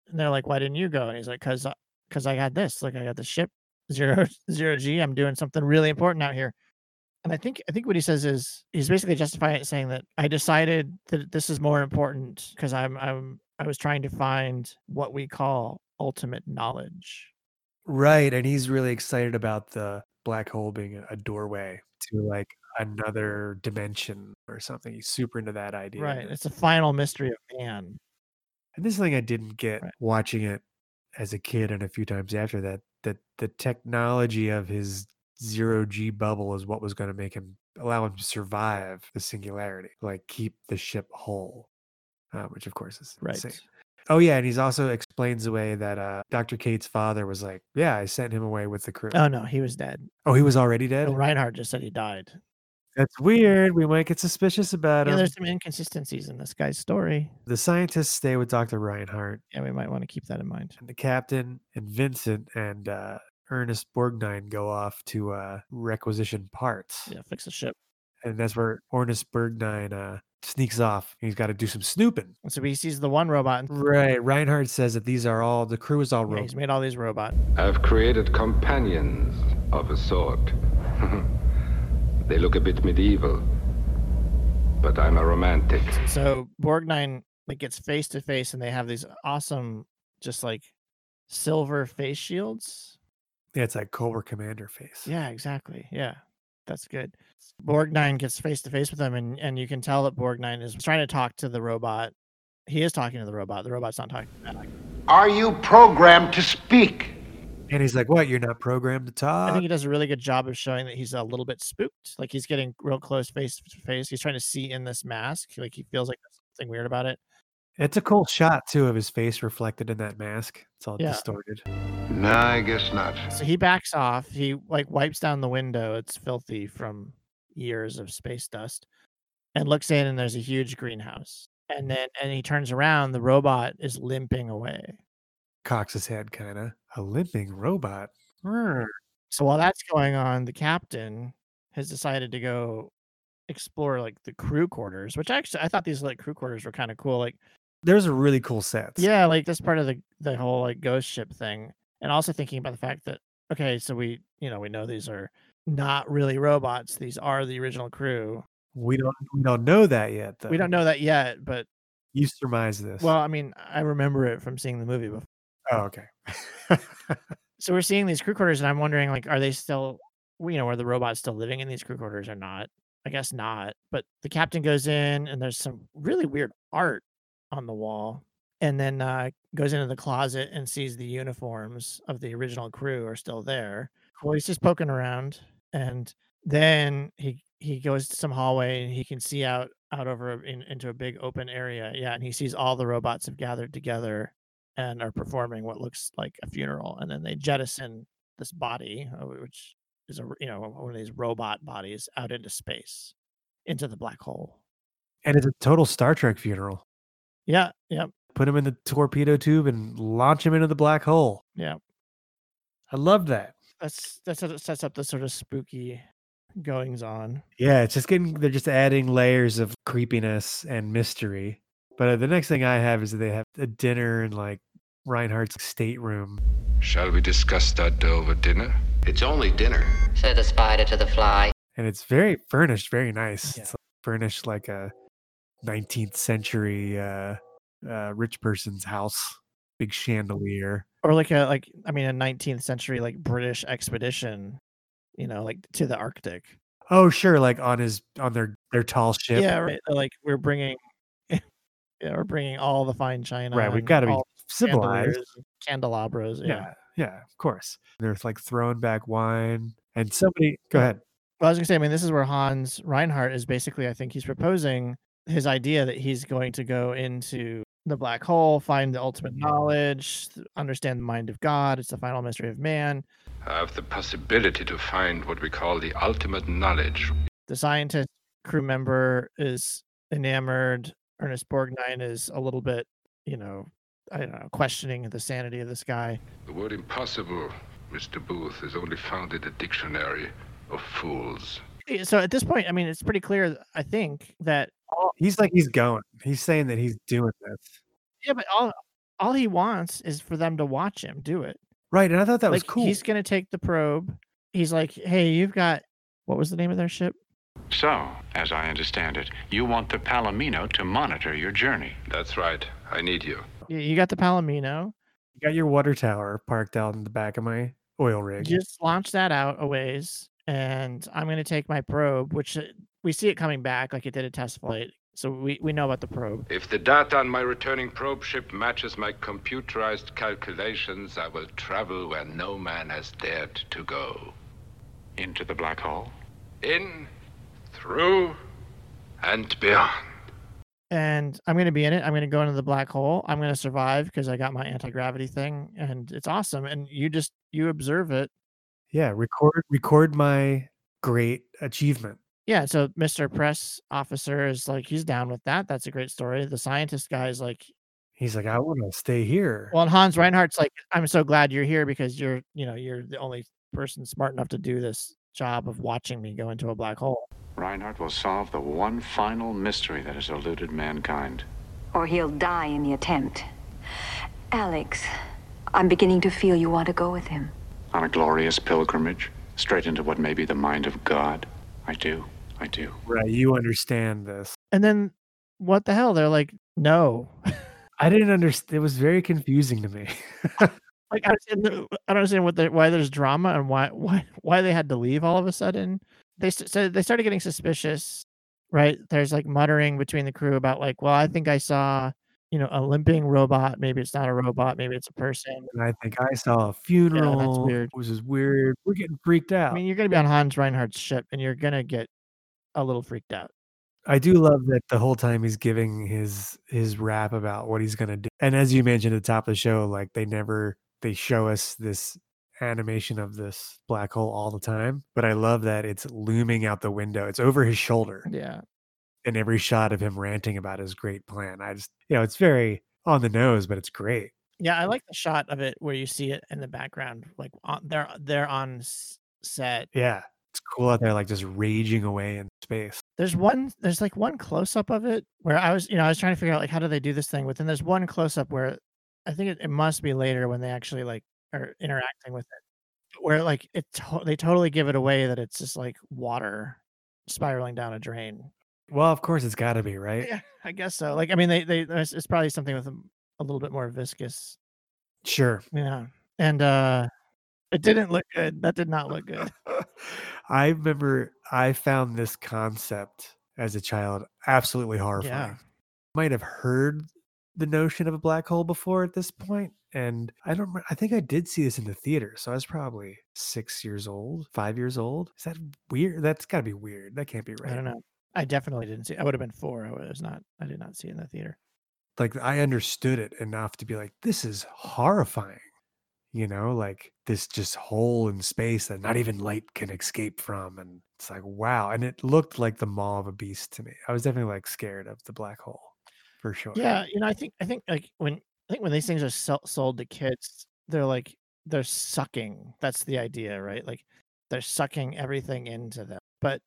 F: And they're like, why didn't you go? And he's like, because because I got this. Like I got the ship zero [LAUGHS] zero G. I'm doing something really important out here. And I think I think what he says is he's basically justifying it, saying that I decided that this is more important because I'm I'm I was trying to find what we call ultimate knowledge.
A: Right, and he's really excited about the black hole being a- a doorway to like another dimension or something. He's super into that idea.
F: Right. It's the final mystery of man.
A: And this is thing I didn't get
F: Right.
A: watching it as a kid and a few times after that that the technology of his zero G bubble is what was going to make him allow him to survive the singularity, like keep the ship whole, uh, which of course is
F: Right.
A: insane. Oh yeah, and he's also explains away that uh, Dr. Kate's father was like, "Yeah, I sent him away with the crew."
F: Oh no, he was dead.
A: oh, he was already dead.
F: Oh, Reinhardt just said he died.
A: That's weird. We might get suspicious about
F: Yeah,
A: him.
F: there's some inconsistencies in this guy's story.
A: The scientists stay with Dr. Reinhardt
F: Yeah, we might want to keep that in mind.
A: and the captain and Vincent and uh, Ernest Borgnine go off to uh, requisition parts.
F: Yeah, fix the ship.
A: And that's where Ernest Borgnine uh, sneaks off. He's got to do some snooping.
F: And so he sees the one robot and
A: Right. Reinhardt says that these are all, the crew is all
F: yeah,
A: robots.
F: he's made all these robot.
E: I've created companions of a sort. [LAUGHS] they look a bit medieval, but I'm a romantic.
F: So Borgnine like gets face to face and they have these awesome just like silver face shields.
A: yeah, it's like Cobra Commander face.
F: Yeah, exactly. Yeah. That's good. Borgnine gets face to face with them and, and you can tell that Borgnine is trying to talk to the robot. He is talking to the robot. The robot's not talking back.
J: Are you programmed to speak?
A: And he's like, what? You're not programmed to
F: I
A: talk?
F: think he does a really good job of showing that he's a little bit spooked. Like he's getting real close face to face. He's trying to see in this mask. Like he feels like there's something weird about it.
A: It's a cool shot, too, of his face reflected in that mask. It's all
F: Yeah.
A: distorted.
J: Nah, I guess not.
F: So he backs off. He like wipes down the window. It's filthy from years of space dust. And looks in and there's a huge greenhouse. And then and he turns around, the robot is limping away.
A: Cocks his head, kind of. A limping robot.
F: So while that's going on, the captain has decided to go explore like the crew quarters, which actually I thought these like crew quarters were kind of cool. Like
A: There's a really cool set.
F: Yeah, like that's part of the the whole like ghost ship thing, and also thinking about the fact that okay, so we you know we know these are not really robots; these are the original crew.
A: We don't we don't know that yet though.
F: We don't know that yet, but
A: You surmise this.
F: well, I mean, I remember it from seeing the movie before.
A: oh, okay.
F: So we're seeing these crew quarters, and I'm wondering like, are they still w- you know are the robots still living in these crew quarters or not? I guess not. But the captain goes in, and there's some really weird art on the wall. And then uh, goes into the closet and sees the uniforms of the original crew are still there. Well, he's just poking around, and then he he goes to some hallway and he can see out out over in, into a big open area. Yeah, and he sees all the robots have gathered together and are performing what looks like a funeral. And then they jettison this body, uh, which is a r- you know one of these robot bodies, out into space, into the black hole.
A: and it's a total Star Trek funeral.
F: Yeah, yep,
A: Put him in the torpedo tube and launch him into the black hole.
F: yeah.
A: I love that.
F: That's that's sort of sets up the sort of spooky goings on.
A: Yeah, it's just getting they're just adding layers of creepiness and mystery. But uh, the next thing I have is that they have a dinner in like Reinhardt's stateroom.
E: Shall we discuss that over dinner? It's only dinner.
G: said the spider to the fly.
A: And it's very furnished, very nice.
F: Yeah.
A: It's like furnished like a 19th century uh, uh, rich person's house, big chandelier.
F: or like a like i mean a 19th century like british expedition you know like to the arctic
A: Oh, sure, like on his on their their tall ship.
F: Yeah, right. Like we're bringing, [LAUGHS] yeah, we're bringing all the fine china.
A: Right, we've
F: and
A: got to be
F: all the
A: civilized.
F: chandeliers and Candelabras. Yeah.
A: Yeah. yeah, of course. They're like throwing back wine, and somebody go ahead.
F: Well, I was gonna say. I mean, this is where Hans Reinhardt is basically. I think he's proposing his idea that he's going to go into the black hole, find the ultimate knowledge, th- understand the mind of God. It's the final mystery of man.
E: I have the possibility to find what we call the ultimate knowledge.
F: The scientist crew member is enamored. Ernest Borgnine is a little bit, you know, I don't know, questioning the sanity of this guy.
E: The word impossible, Mr. Booth, is only found in the dictionary of fools.
F: Yeah, Eh, So at this point, I mean, it's pretty clear, I think, that all,
A: He's like he's going. He's saying that he's doing this.
F: yeah, but all all he wants is for them to watch him do it.
A: Right, and I thought that was
F: Like,
A: cool.
F: He's gonna take the probe. He's like, hey, you've got what was the name of their ship?
K: So, as I understand it, you want the Palomino to monitor your journey.
E: That's right. I need you.
F: You- You got the Palomino.
A: You got your water tower parked out in the back of my oil rig.
F: Just launch that out a ways, and I'm gonna take my probe, which uh, we see it coming back, like it did a test flight. So we, we know about the probe.
E: If the data on my returning probe ship matches my computerized calculations, I will travel where no man has dared to go.
K: Into the black hole?
E: In, through, and beyond.
F: And I'm gonna be in it. I'm gonna go into the black hole. I'm gonna survive because I got my anti gravity thing, and it's awesome. And you just you observe it.
A: Yeah, record record my great achievement.
F: Yeah, so Mr. Press Officer is like, he's down with that. That's a great story. The scientist guy is like,
A: He's like, I want to stay here.
F: well, and Hans Reinhardt's like, I'm so glad you're here because you're, you know, you're the only person smart enough to do this job of watching me go into a black hole.
K: Reinhardt will solve the one final mystery that has eluded mankind.
L: or he'll die in the attempt. Alex, I'm beginning to feel you want to go with him.
K: On a glorious pilgrimage, straight into what may be the mind of God. I do. I do.
A: right, you understand this.
F: And then what the hell? They're like, no. [LAUGHS]
A: I didn't understand. It was very confusing to me. [LAUGHS]
F: Like I don't understand, the- I don't understand what the, why there's drama and why [LAUGHS] why why they had to leave all of a sudden. They s- so they started getting suspicious, right? There's like muttering between the crew about like, well, I think I saw, you know, a limping robot. Maybe it's not a robot. Maybe it's a person.
A: And I think I saw a funeral.
F: weird.
A: Which is weird. We're getting freaked out.
F: I mean, you're gonna be on Hans Reinhardt's ship, and you're gonna get a little freaked out.
A: I do love that the whole time he's giving his his rap about what he's gonna do. And as you mentioned at the top of the show, like they never they show us this animation of this black hole all the time. But I love that it's looming out the window. It's over his shoulder
F: Yeah.
A: in every shot of him ranting about his great plan. I just you know, it's very on the nose, but it's great.
F: Yeah, I like the shot of it where you see it in the background, like on, they're they're on s- set.
A: Yeah. It's cool out there, like just raging away in space.
F: There's one, there's like one close up of it where I was, you know, I was trying to figure out like how do they do this thing, but then there's one close up where I think it, it must be later when they actually like are interacting with it, but where like it to- they totally give it away that it's just like water spiraling down a drain.
A: Well, of course it's gotta be, right?
F: Yeah, I guess so. Like, I mean, they they it's it's probably something with a, a little bit more viscous.
A: Sure.
F: Yeah, and uh, it didn't look good. That did not look good.
A: I remember I found this concept as a child absolutely horrifying. Might have heard the notion of a black hole before at this point, and I don't. remem- I think I did see this in the theater, so I was probably six years old, five years old. Is that weird? That's got to be weird. That can't be right.
F: I don't know. I definitely didn't see. I would have been four. I was not. I did not see it in the theater.
A: Like I understood it enough to be like, this is horrifying. You know, like this just hole in space that not even light can escape from. And it's like, wow. And it looked like the maw of a beast to me. I was definitely like scared of the black hole for sure.
F: Yeah, you know, I think I think like when I think when these things are sell, sold to kids, they're like they're sucking. That's the idea, right? Like they're sucking everything into them. But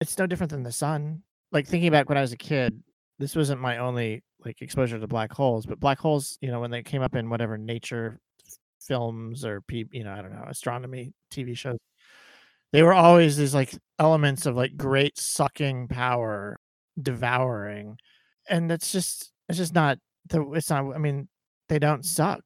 F: it's no different than the sun. Like thinking back when I was a kid, this wasn't my only like exposure to black holes, but black holes, you know, when they came up in whatever nature f- films or pe- you know, I don't know, astronomy TV shows, they were always these like elements of like great sucking power, devouring and that's just it's just not the it's not i mean they don't suck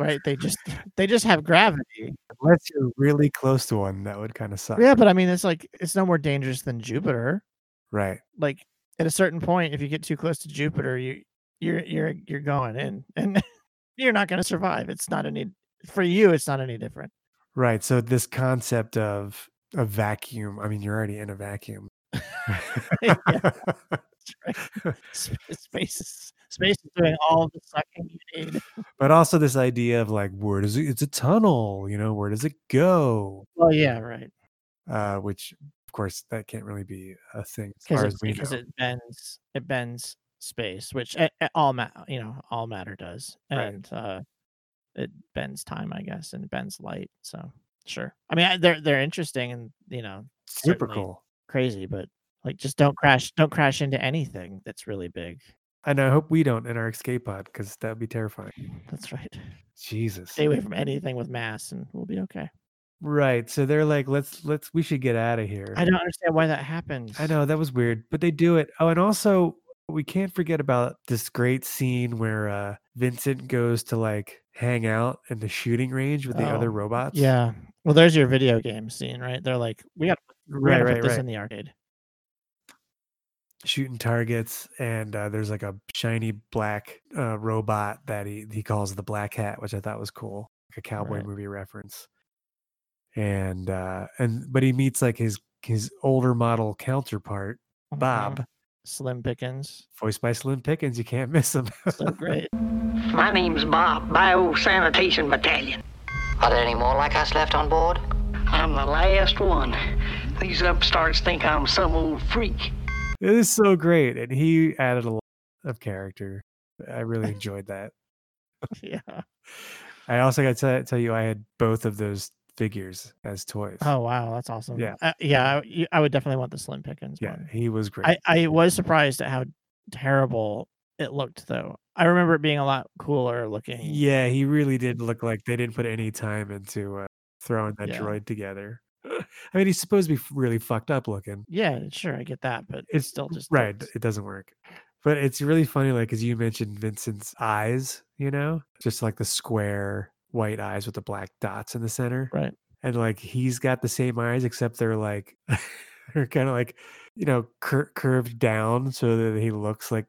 F: right? They just they just have gravity.
A: Unless you're really close to one, that would kind of suck.
F: Yeah, but I mean, it's like it's no more dangerous than Jupiter.
A: Right.
F: Like at a certain point, if you get too close to Jupiter, you you're you're you're going in, and [LAUGHS] you're not going to survive. It's not any for you. It's not any different. [LAUGHS]
A: Right. So this concept of a vacuum. I mean, you're already in a vacuum.
F: [LAUGHS] Yeah,
A: [LAUGHS]
F: that's right. Sp- Space is space is doing all the sucking you need.
A: But also this idea of like, where does it? It's a tunnel. You know, where does it go?
F: Well, yeah, right.
A: Uh, which, of course, that can't really be a thing as
F: Because
A: far
F: it,
A: as we know.
F: because it bends it bends space, which a- a- all ma- you know all matter does,
A: Right.
F: and uh, it bends time, I guess, and it bends light. So sure, I mean I, they're they're interesting and you know
A: Super
F: certainly
A: cool.
F: crazy, but like just don't crash don't crash into anything that's really big.
A: And I hope we don't in our escape pod because that would be terrifying.
F: That's right. [LAUGHS]
A: Jesus.
F: Stay away from anything with mass, and we'll be okay.
A: Right. So they're like, let's let's we should get out of here.
F: I don't understand why that happens.
A: I know that was weird, but they do it. Oh, and also we can't forget about this great scene where uh Vincent goes to like hang out in the shooting range with the other
F: Oh,
A: robots.
F: Yeah. Well, there's your video game scene, right? They're like, we got to
A: Right, right,
F: put this
A: right.
F: in the arcade.
A: Shooting targets, and uh, there's like a shiny black uh, robot that he he calls the Black Hat, which I thought was cool, like a cowboy
F: Right.
A: movie reference. And uh and but he meets like his his older model counterpart,
F: Mhm.
A: Bob,
F: Slim Pickens.
A: voiced by Slim Pickens. You can't [LAUGHS] miss him.
F: So great.
M: My name's Bob, Biosanitation Battalion.
G: Are there any more like us left on board?
M: I'm the last one. These upstarts think I'm some old freak.
A: It is so great. And he added a lot of character. I
F: [LAUGHS]
A: really enjoyed that. [LAUGHS]
F: yeah.
A: I also got to tell you, I had both of those figures as toys.
F: Oh wow, that's awesome.
A: Yeah.
F: Uh, yeah. I, you- I would definitely want the Slim Pickens.
A: yeah,
F: one.
A: he was great.
F: I I was surprised at how terrible it looked, though. I remember it being a lot cooler looking.
A: yeah, he really did look like they didn't put any time into uh, throwing that
F: Yeah.
A: droid together. [LAUGHS] I mean, he's supposed to be f- really fucked up looking.
F: Yeah. Sure, I get that, but it's still just
A: right.
F: looks-
A: It doesn't work. But it's really funny, like as you mentioned, Vincent's eyes. You know, just like the square white eyes with the black dots in the center.
F: Right.
A: and like he's got the same eyes except they're like [LAUGHS] they're kind of like you know cur- curved down so that he looks like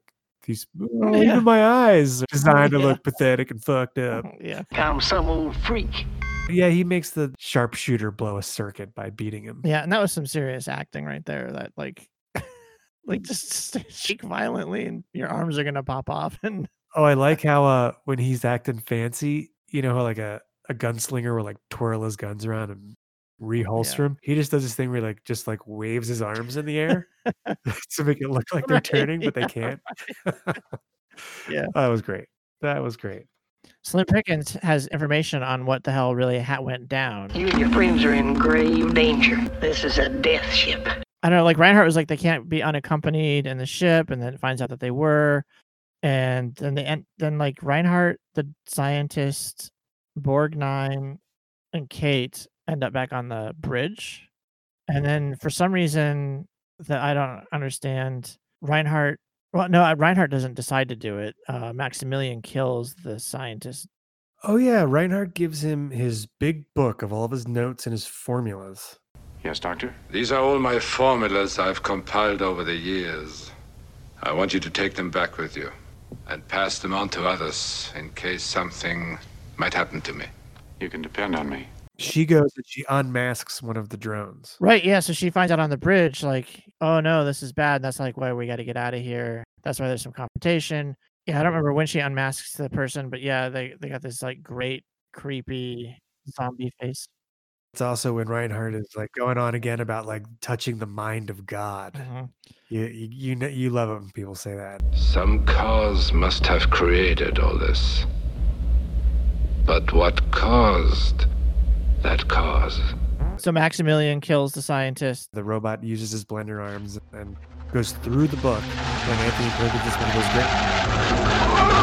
A: these oh,
M: yeah.
A: even my eyes are designed to
M: Yeah.
A: look pathetic and fucked up
F: [LAUGHS] Yeah.
M: I'm some old freak.
A: yeah he makes the sharpshooter blow a circuit by beating him
F: Yeah, and that was some serious acting right there. That like, [LAUGHS] like just [LAUGHS] shake violently, and your arms are gonna pop off. [LAUGHS] And
A: oh i like how uh when he's acting fancy you know how like a, a gunslinger will like twirl his guns around and reholster him he just does this thing where he, like just like waves his arms in the
F: [LAUGHS]
A: air [LAUGHS] to make it look like they're
F: Right,
A: turning but they
F: [LAUGHS] yeah,
A: can't
F: yeah,
A: [LAUGHS] That was great. That was great.
F: Slim Pickens has information on what the hell really ha- went down.
M: You and your friends are in grave danger. This is a death ship.
F: I don't know. Like Reinhardt was like, they can't be unaccompanied in the ship, and then it finds out that they were, and then they end. Then like Reinhardt, the scientist, Borgnine, and Kate end up back on the bridge, and then for some reason that I don't understand, Reinhardt. Well, no, uh, Reinhardt doesn't decide to do it. Uh, Maximilian kills the scientist.
A: Oh yeah, Reinhardt gives him his big book of all of his notes and his formulas.
K: Yes, Doctor?
E: These are all my formulas I've compiled over the years. I want you to take them back with you and pass them on to others in case something might happen to me.
K: You can depend on me.
A: She goes and she unmasks one of the drones.
F: Right. Yeah. So she finds out on the bridge, like, oh no, this is bad. That's like why we got to get out of here. That's why there's some confrontation. Yeah. I don't remember when she unmasks the person, but yeah, they, they got this like great, creepy zombie face.
A: It's also when Reinhardt is like going on again about like touching the mind of God.
F: Mhm.
A: You you you, know, you love it when people say that.
E: Some cause must have created all this. But what caused that cause?
F: So Maximilian kills the scientist.
A: The robot uses his blender arms and goes through the book like Anthony Perkins one of those great.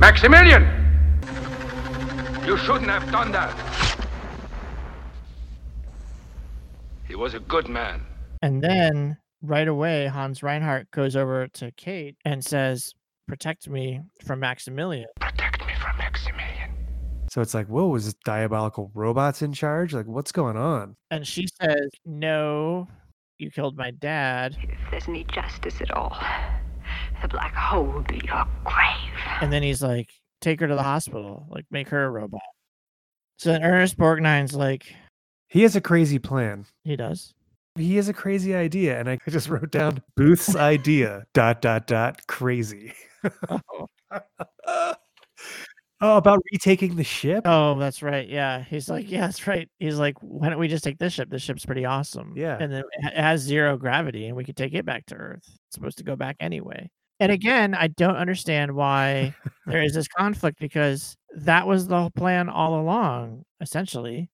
J: Maximilian!
E: You shouldn't have done that. He was a good man.
F: And then right away, Hans Reinhardt goes over to Kate and says, protect me from Maximilian.
J: Protect me from Maximilian.
A: So it's like, whoa, was this diabolical robots in charge? Like, what's going on?
F: And she says, No, you killed my dad.
L: If there's any justice at all, the black hole will be your grave.
F: And then he's like, Take her to the hospital, like, make her a robot. So then Ernest Borgnine's like,
A: He has a crazy plan.
F: He does.
A: He has a crazy idea. And I I just wrote down Booth's idea, dot, dot, dot, crazy.
F: Oh.
A: [LAUGHS] Oh, about retaking the ship?
F: Oh, that's right. Yeah. He's like, yeah, that's right. He's like, why don't we just take this ship? This ship's pretty awesome.
A: Yeah.
F: And then it ha- it has zero gravity and we could take it back to Earth. It's supposed to go back anyway. And again, I don't understand why there is this conflict because that was the whole plan all along, essentially.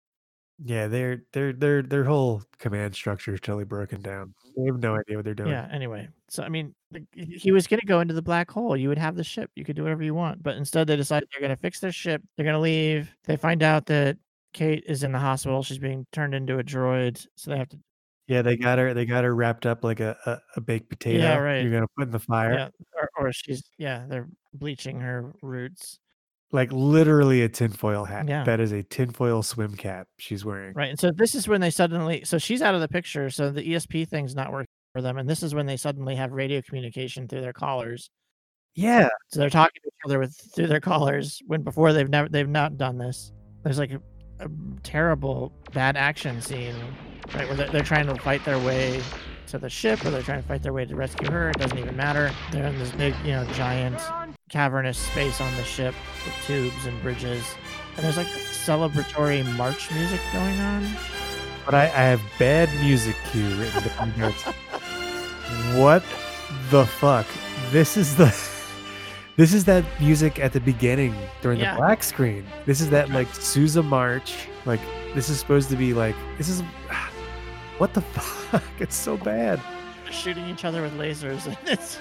A: Yeah, their their their their whole command structure is totally broken down. They have no idea what they're doing.
F: Yeah. Anyway, so I mean, the- he he was going to go into the black hole. You would have the ship. You could do whatever you want. But instead, they decide they're going to fix their ship. They're going to leave. They find out that Kate is in the hospital. She's being turned into a droid. So they have to.
A: Yeah, they got her. They got her wrapped up like a, a, a baked potato.
F: right.
A: You're gonna put in the fire.
F: Yeah. Or, or she's. Yeah. They're bleaching her roots.
A: Like literally a tinfoil hat.
F: Yeah.
A: That is a tinfoil swim cap she's wearing.
F: Right. And so this is when they suddenly. So she's out of the picture. So the ESP thing's not working for them. And this is when they suddenly have radio communication through their collars.
A: Yeah.
F: So they're talking to each other with through their collars when before they've never they've not done this. There's like a, a terrible bad action scene, right? Where they're, they're trying to fight their way to the ship, or they're trying to fight their way to rescue her. It doesn't even matter. They're in this big, you know, giant cavernous space on the ship with tubes and bridges, and there's like celebratory march music going on.
A: But I, I have bad music cue written down in notes. What the fuck? This is the [LAUGHS] This is that music at the beginning during
F: Yeah.
A: the black screen. This is that like Sousa March. Like this is supposed to be like this is [SIGHS] what the [LAUGHS] fuck? It's so bad.
F: They're shooting each other with lasers, [LAUGHS] and it's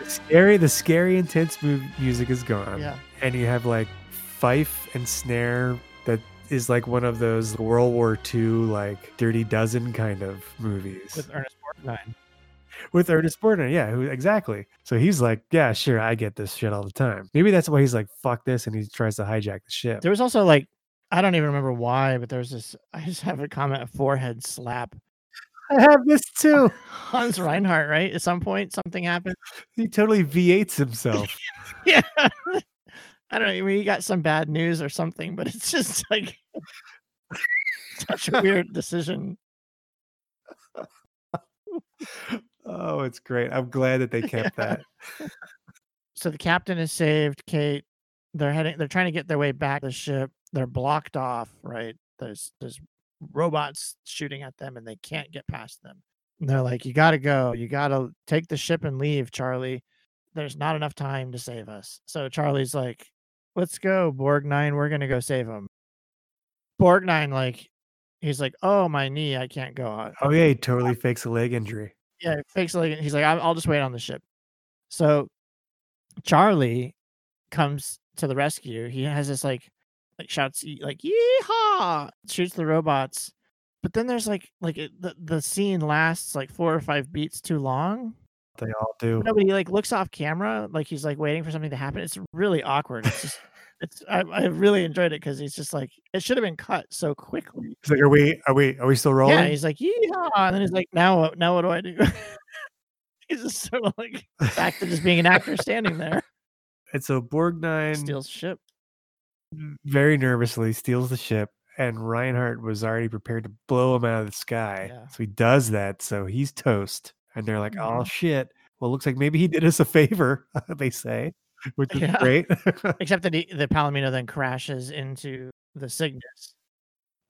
A: The scary the scary intense mu- music is gone.
F: Yeah.
A: And you have like fife and snare that is like one of those World War II like Dirty Dozen kind of movies.
F: with Ernest Borgnine.
A: with Ernest Borgnine. Yeah, who exactly? So he's like, yeah, sure, I get this shit all the time. Maybe that's why he's like, fuck this, and he tries to hijack the ship.
F: There was also like I don't even remember why, but there was this. I just have a comment: a forehead slap.
A: I have this too.
F: [LAUGHS] Hans Reinhardt, right? At some point, something happened. [LAUGHS]
A: He totally V8s himself.
F: Yeah, I don't know. I mean, he got some bad news or something, but it's just like [LAUGHS] such a weird decision.
A: oh, it's great. I'm glad
F: [LAUGHS]
A: that they kept that.
F: So the captain is saved. Kate, they're heading. They're trying to get their way back to the ship. They're blocked off. Right? There's there's robots shooting at them, and they can't get past them. And they're like, "You gotta go. You gotta take the ship and leave, Charlie. There's not enough time to save us." So Charlie's like, "Let's go, Borgnine. We're gonna go save him." Borgnine, like, he's like, "Oh, my knee. I can't go on."
A: Oh yeah, he totally fakes a leg injury.
F: yeah, fakes like he's like, "I'll I'll just wait on the ship. So Charlie comes to the rescue. He has this like, like shouts "Yee- like "Yeehaw!" shoots the robots, but then there's like like it, the the scene lasts like four or five beats too long.
A: They all do.
F: No, but he like looks off camera, like he's like waiting for something to happen. It's really awkward. It's just, it's I, I really enjoyed it because he's just like it should have been cut so quickly.
A: He's like, are we are we are we still rolling?
F: Yeah, he's like, yeah, and then he's like, now, what- now what do I do? [LAUGHS] he's just sort of like back to just being an actor standing there.
A: [LAUGHS] and so Borgnine [LAUGHS]
F: Steals ship.
A: very nervously steals the ship, and Reinhardt was already prepared to blow him out of the sky.
F: Yeah.
A: So he does that. So he's toast. And they're like, oh
F: Mhm.
A: shit. Well, looks like maybe he did us a favor, [LAUGHS] they say, which is
F: Yeah.
A: great.
F: Except that he, the Palomino then crashes into the Cygnus.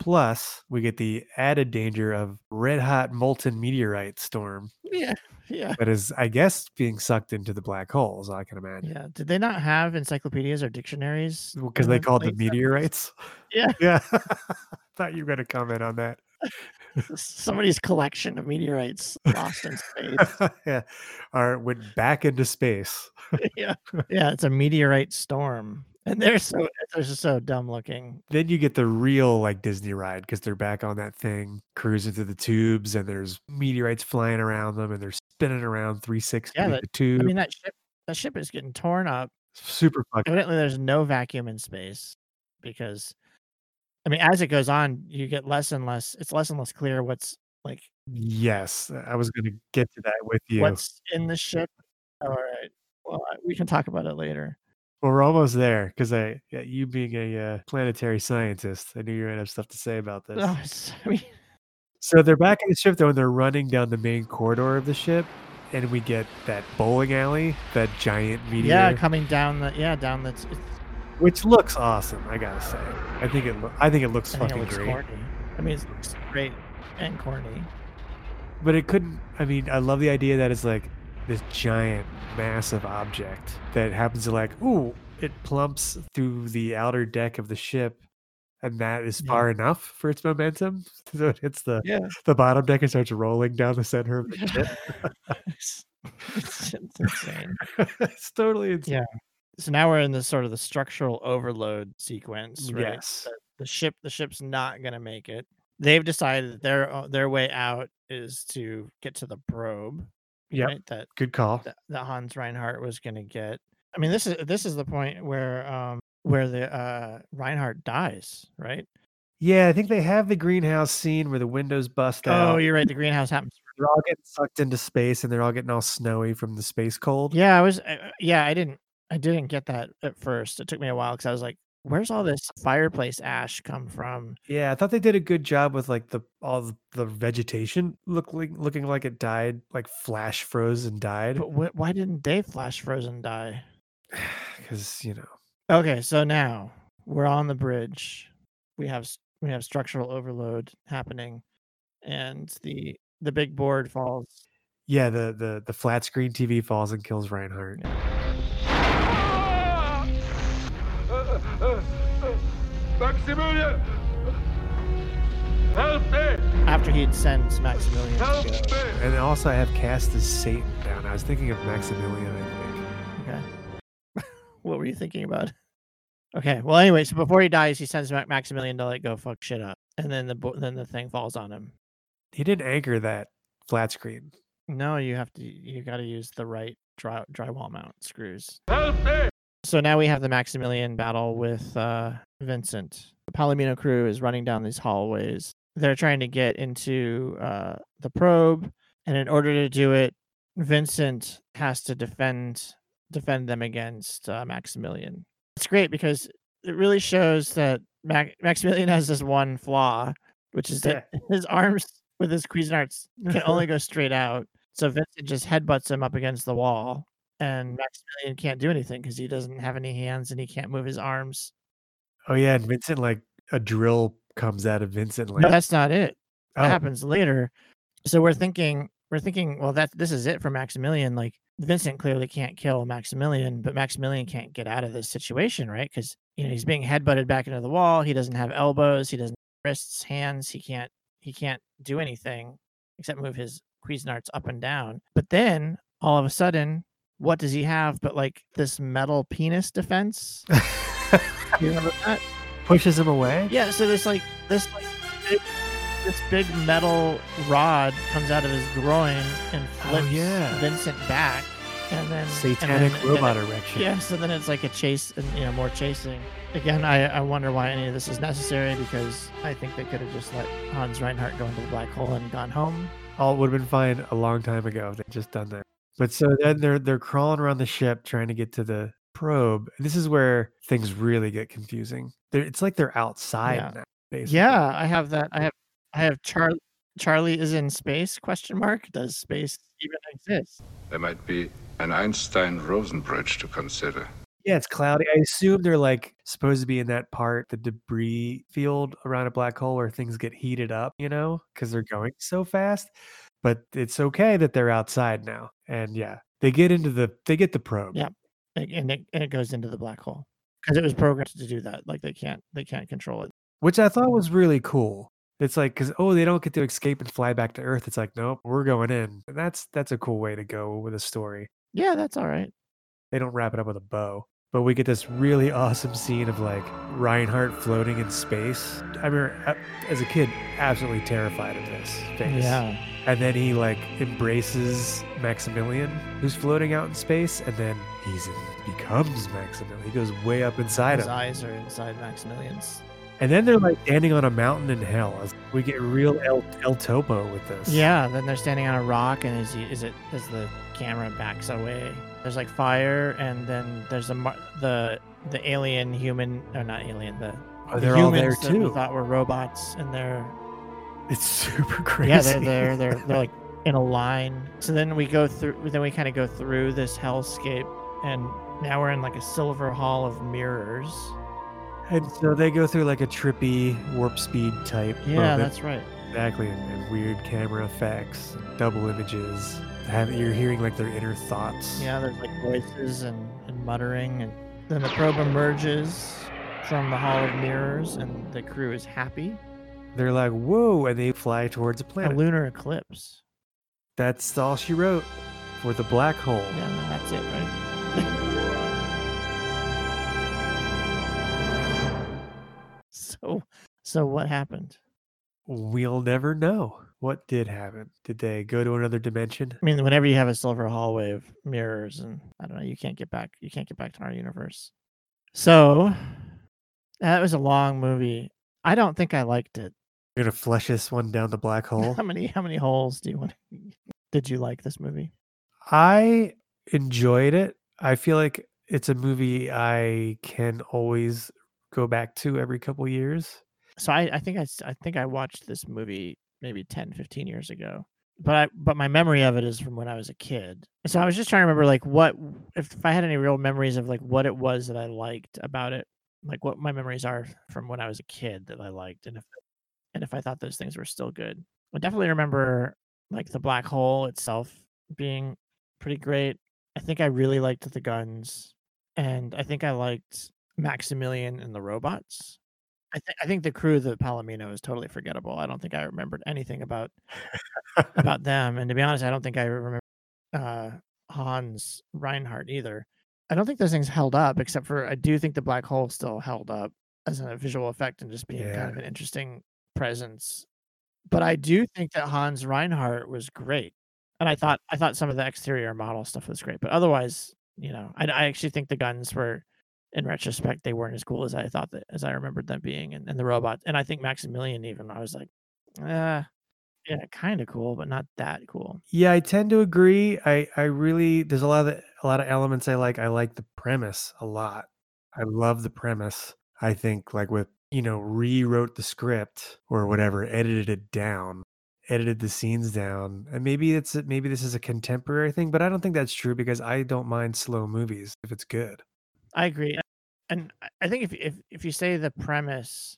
A: Plus, we get the added danger of red hot molten meteorite storm
F: Yeah, yeah,
A: that is, I guess, being sucked into the black holes, I can imagine.
F: yeah. Did they not have encyclopedias or dictionaries?
A: Because
F: in
A: they
F: the
A: called the
F: late 70s?
A: meteorites.
F: Yeah.
A: [LAUGHS] Yeah. Thought you were going to comment on that. [LAUGHS]
F: [LAUGHS] Somebody's collection of meteorites lost in
A: [LAUGHS]
F: space.
A: yeah. Or went back into space.
F: yeah, yeah. It's a meteorite storm, and they're so they're just so dumb looking.
A: Then you get the real like Disney ride because they're back on that thing, cruising through the tubes, and there's meteorites flying around them, and they're spinning around 360
F: Yeah,
A: with
F: that-
A: the tube.
F: I mean, that ship That ship is getting torn up.
A: Super fucking.
F: Evidently, there's no vacuum in space because, I mean, as it goes on, you get less and less. It's less and less clear what's like
A: Yes, uh, I was going to get to that with you.
F: what's in the ship. All right. Well, I- we can talk about it later. [LAUGHS]
A: Well, we're almost there because I, yeah, you being a uh, planetary scientist, I knew you were going to have stuff to say about this.
F: [LAUGHS] Oh, sorry.
A: So they're back in the ship though, and they're running down the main corridor of the ship, and we get that bowling alley, that giant meteor,
F: Yeah, coming down the yeah down the. It's, it's-
A: which looks awesome. I gotta say, I think it, lo- I think it looks
F: I think it
A: fucking
F: looks
A: great.
F: corny. I mean, it looks great and corny. [LAUGHS]
A: But it couldn't. I mean, I love the idea that it's like this giant, massive object that happens to like, ooh, it plumps through the outer deck of the ship, and that is far enough for its momentum, [LAUGHS] so it hits the
F: Yeah.
A: the bottom deck and starts rolling down the center of
F: [LAUGHS]
A: the ship. [LAUGHS]
F: it's, it's insane.
A: it's totally insane.
F: Yeah. So now we're in the sort of the structural overload sequence, right?
A: Yes.
F: The- The ship, the ship's not gonna make it. They've decided that their o- their way out is to get to the probe.
A: Yep.
F: Right? That
A: Good call.
F: that, that Hans Reinhardt was going to get. I mean, this is this is the point where um where the uh Reinhardt dies, right?
A: Yeah, I think they have the greenhouse scene where the windows bust out.
F: Oh, you're right. The greenhouse happens.
A: They're all getting sucked into space and they're all getting all snowy from the space cold.
F: Yeah, I was. I- I- Yeah, I didn't. I didn't get that at first. It took me a while because I was like, "Where's all this fireplace ash come from?"
A: Yeah, I thought they did a good job with like the all the, the vegetation looking looking like it died, like flash froze and died.
F: But wh- why didn't they flash frozen die?
A: Because you know,
F: Okay, so now we're on the bridge. We have s- we have structural overload happening, and the the big board falls.
A: yeah, the the the flat screen TV falls and kills Reinhardt.
J: Maximilian! Help me!
F: after he had sent Maximilian
J: Help
F: to go.
J: me!
A: And also, I have cast as Satan down. I was thinking of Maximilian. I think.
F: Okay. [LAUGHS] what were you thinking about? Okay. Well, anyway, so before he dies, he sends Ma- Maximilian to like go fuck shit up, and then the bo- then the thing falls on him.
A: He didn't anchor that flat screen.
F: No, you have to. You got to use the right dry, drywall mount screws.
J: Help me!
F: So now we have the Maximilian battle with uh, Vincent. The Palomino crew is running down these hallways. They're trying to get into uh, the probe, and in order to do it, Vincent has to defend defend them against uh, Maximilian. It's great because it really shows that Mac- Maximilian has this one flaw, which is that [LAUGHS] his arms with his Cuisinarts can only go straight out. So Vincent just headbutts him up against the wall, and Maximilian can't do anything because he doesn't have any hands and he can't move his arms.
A: Oh yeah, and Vincent like a drill comes out of Vincent. Like,
F: No, that's not it. That
A: oh,
F: happens later. So we're thinking, we're thinking, well, that this is it for Maximilian. Like Vincent clearly can't kill Maximilian, but Maximilian can't get out of this situation, right? Because you know he's being headbutted back into the wall. He doesn't have elbows. He doesn't have wrists, hands. He can't. He can't do anything except move his Cuisinarts up and down. But then all of a sudden, what does he have? But like this metal penis defense. you remember that?
A: pushes him away.
F: Yeah, so this like this like big, this big metal rod comes out of his groin and
A: Oh,
F: flips
A: yeah.
F: Vincent back, and then and
A: Satanic
F: then-
A: robot
F: and
A: erection.
F: it- yeah, so then it's like a chase and you know more chasing. Again, I, I wonder why any of this is necessary because I think they could have just let Hans Reinhardt go into the black hole and gone home.
A: all would have been fine a long time ago if they just done that. But so then they're they're crawling around the ship trying to get to the probe. This is where things really get confusing. They're, it's like they're outside
F: Yeah.
A: now. Basically.
F: Yeah, I have that. I have I have Charlie. Charlie is in space? Question mark. Does space even exist?
E: There might be an Einstein Rosen bridge to consider.
A: yeah, it's cloudy. I assume they're like supposed to be in that part, the debris field around a black hole where things get heated up, you know, because they're going so fast. But it's okay that they're outside now. And yeah, they get into the they get the probe.
F: Yeah. Like, and it, and it goes into the black hole because it was programmed to do that like they can't they can't control it
A: which I thought was really cool. It's like because oh, they don't get to escape and fly back to Earth. It's like nope, we're going in, and that's that's a cool way to go with a story.
F: yeah that's all right
A: They don't wrap it up with a bow, but we get this really awesome scene of like Reinhardt uh, floating in space. I mean, as a kid, absolutely terrified of this face.
F: yeah
A: And then he like embraces Maximilian, who's floating out in space, and then he's becomes Maximilian. He goes way up inside
F: His
A: him.
F: eyes are inside Maximilian's.
A: And then they're like standing on a mountain in hell. We get real El, El Topo with this.
F: Yeah, then they're standing on a rock, and as you, is it as the camera backs away, there's like fire, and then there's a mar- the the alien human or not alien the,
A: Oh,
F: the
A: they're all there
F: humans that we
A: too.
F: thought were robots, and they're
A: It's super crazy.
F: yeah they're they're they're, they're like in a line. So then we go through, then we kind of go through this hellscape, and now we're in like a silver hall of mirrors.
A: [LAUGHS] And so they go through like a trippy warp speed type.
F: Yeah,
A: moment.
F: that's right.
A: Exactly, and, and weird camera effects, double images. Have, you're hearing like their inner thoughts.
F: Yeah, there's like voices and, and muttering, and then the probe emerges from the Hall of Mirrors, and the crew is happy.
A: They're like, whoa, and they fly towards a
F: A
A: planet.
F: lunar eclipse.
A: That's all she wrote for the black hole.
F: Yeah, that's it, right? [LAUGHS] so, so what happened?
A: We'll never know what did happen. Did they go to another dimension?
F: I mean, whenever you have a silver hallway of mirrors, and I don't know, you can't get back. You can't get back to our universe. So, that was a long movie. I don't think I liked it. [LAUGHS]
A: You're gonna flush this one down the black hole.
F: How many how many holes do you want? [LAUGHS] Did you like this movie?
A: I enjoyed it. I feel like it's a movie I can always go back to every couple years.
F: So I, I think I, s- I think I watched this movie maybe 10, 15 years ago. But I but my memory of it is from when I was a kid. So I was just trying to remember like what if, if I had any real memories of like what it was that I liked about it, like what my memories are from when I was a kid that I liked and if and if I thought those things were still good. I definitely remember like the black hole itself being pretty great. I think I really liked the guns and I think I liked Maximilian and the robots. I, th- I think the crew of the Palomino is totally forgettable. I don't think I remembered anything [LAUGHS] about about them. And to be honest, I don't think I remember uh, Hans Reinhardt either. I don't think those things held up, except for I do think the black hole still held up as a visual effect and just being
A: Yeah.
F: kind of an interesting presence. But I do think that Hans Reinhardt was great, and I thought I thought some of the exterior model stuff was great. But otherwise, you know, I, I actually think the guns were in retrospect they weren't as cool as I thought that as I remembered them being and, and the robot and I think Maximilian even I was like uh yeah kind of cool but not that cool
A: Yeah, I tend to agree. I I really there's a lot of a lot of elements I like. I like the premise a lot. I love the premise. I think like with you know rewrote the script or whatever, edited it down, edited the scenes down, and maybe it's a- maybe this is a contemporary thing, but I don't think that's true because I don't mind slow movies if it's good.
F: I agree and I- I think if if if you say the premise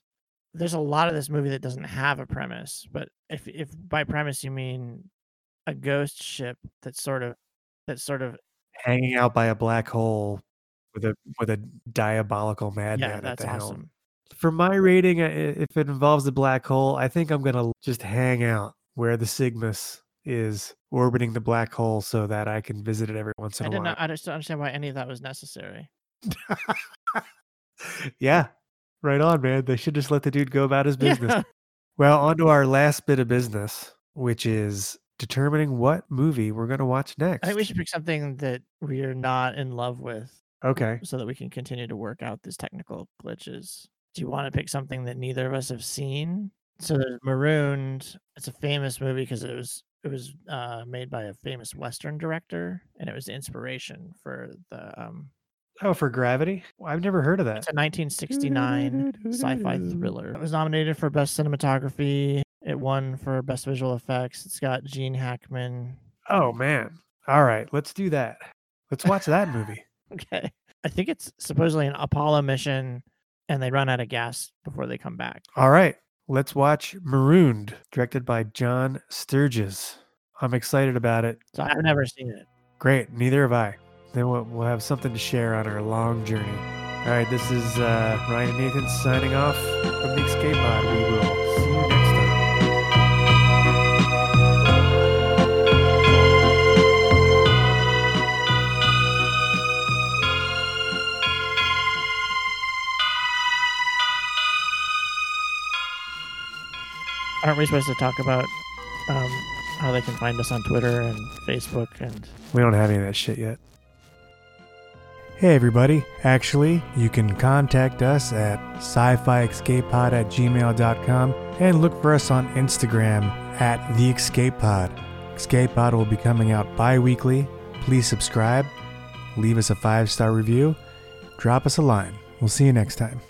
F: there's a lot of this movie that doesn't have a premise but if if by premise you mean a ghost ship that sort of that sort of
A: Hanging out by a black hole with a with a diabolical madman
F: yeah
A: at
F: that's
A: the helm.
F: awesome
A: for my rating, uh, I- if it involves the black hole, I think I'm gonna just hang out where the Sigmas is orbiting the black hole so that I can visit it every once
F: I
A: in a
F: don't know
A: while.
F: I just don't understand why any of that was necessary
A: Yeah, right on, man. They should just let the dude go about his business.
F: Yeah.
A: Well, on to our last bit of business, which is determining what movie we're gonna watch next.
F: [LAUGHS] I think we should pick something that we are not in love with
A: Okay.
F: so that we can continue to work out these technical glitches. Do you want to pick something that neither of us have seen? So there's Marooned. It's a famous movie because it was it was uh, made by a famous Western director, and it was the inspiration for the. Um,
A: Oh, for Gravity, Well, I've never heard of that.
F: it's a 1969 sci-fi thriller. It was nominated for best cinematography. It won for best visual effects. It's got Gene Hackman.
A: Oh man. All right, let's do that. Let's watch that movie.
F: Okay, I think it's supposedly an Apollo mission, and they run out of gas before they come back.
A: All right, let's watch Marooned, directed by John Sturges. I'm excited about it.
F: So I've never seen it.
A: Great, neither have I. Then we'll, we'll have something to share on our long journey. All right, this is uh, Ryan Nathan signing off from the Escape Pod. We will see you next time.
F: aren't we supposed to talk about um, how they can find us on Twitter and Facebook and
N: We don't have any of that shit yet.
A: Hey everybody, actually, you can contact us at sci-fiescapepod at gmail.com and look for us on Instagram at the Escape Pod. Escape Pod will be coming out bi-weekly. Please subscribe, leave us a five-star review, drop us a line. We'll see you next time.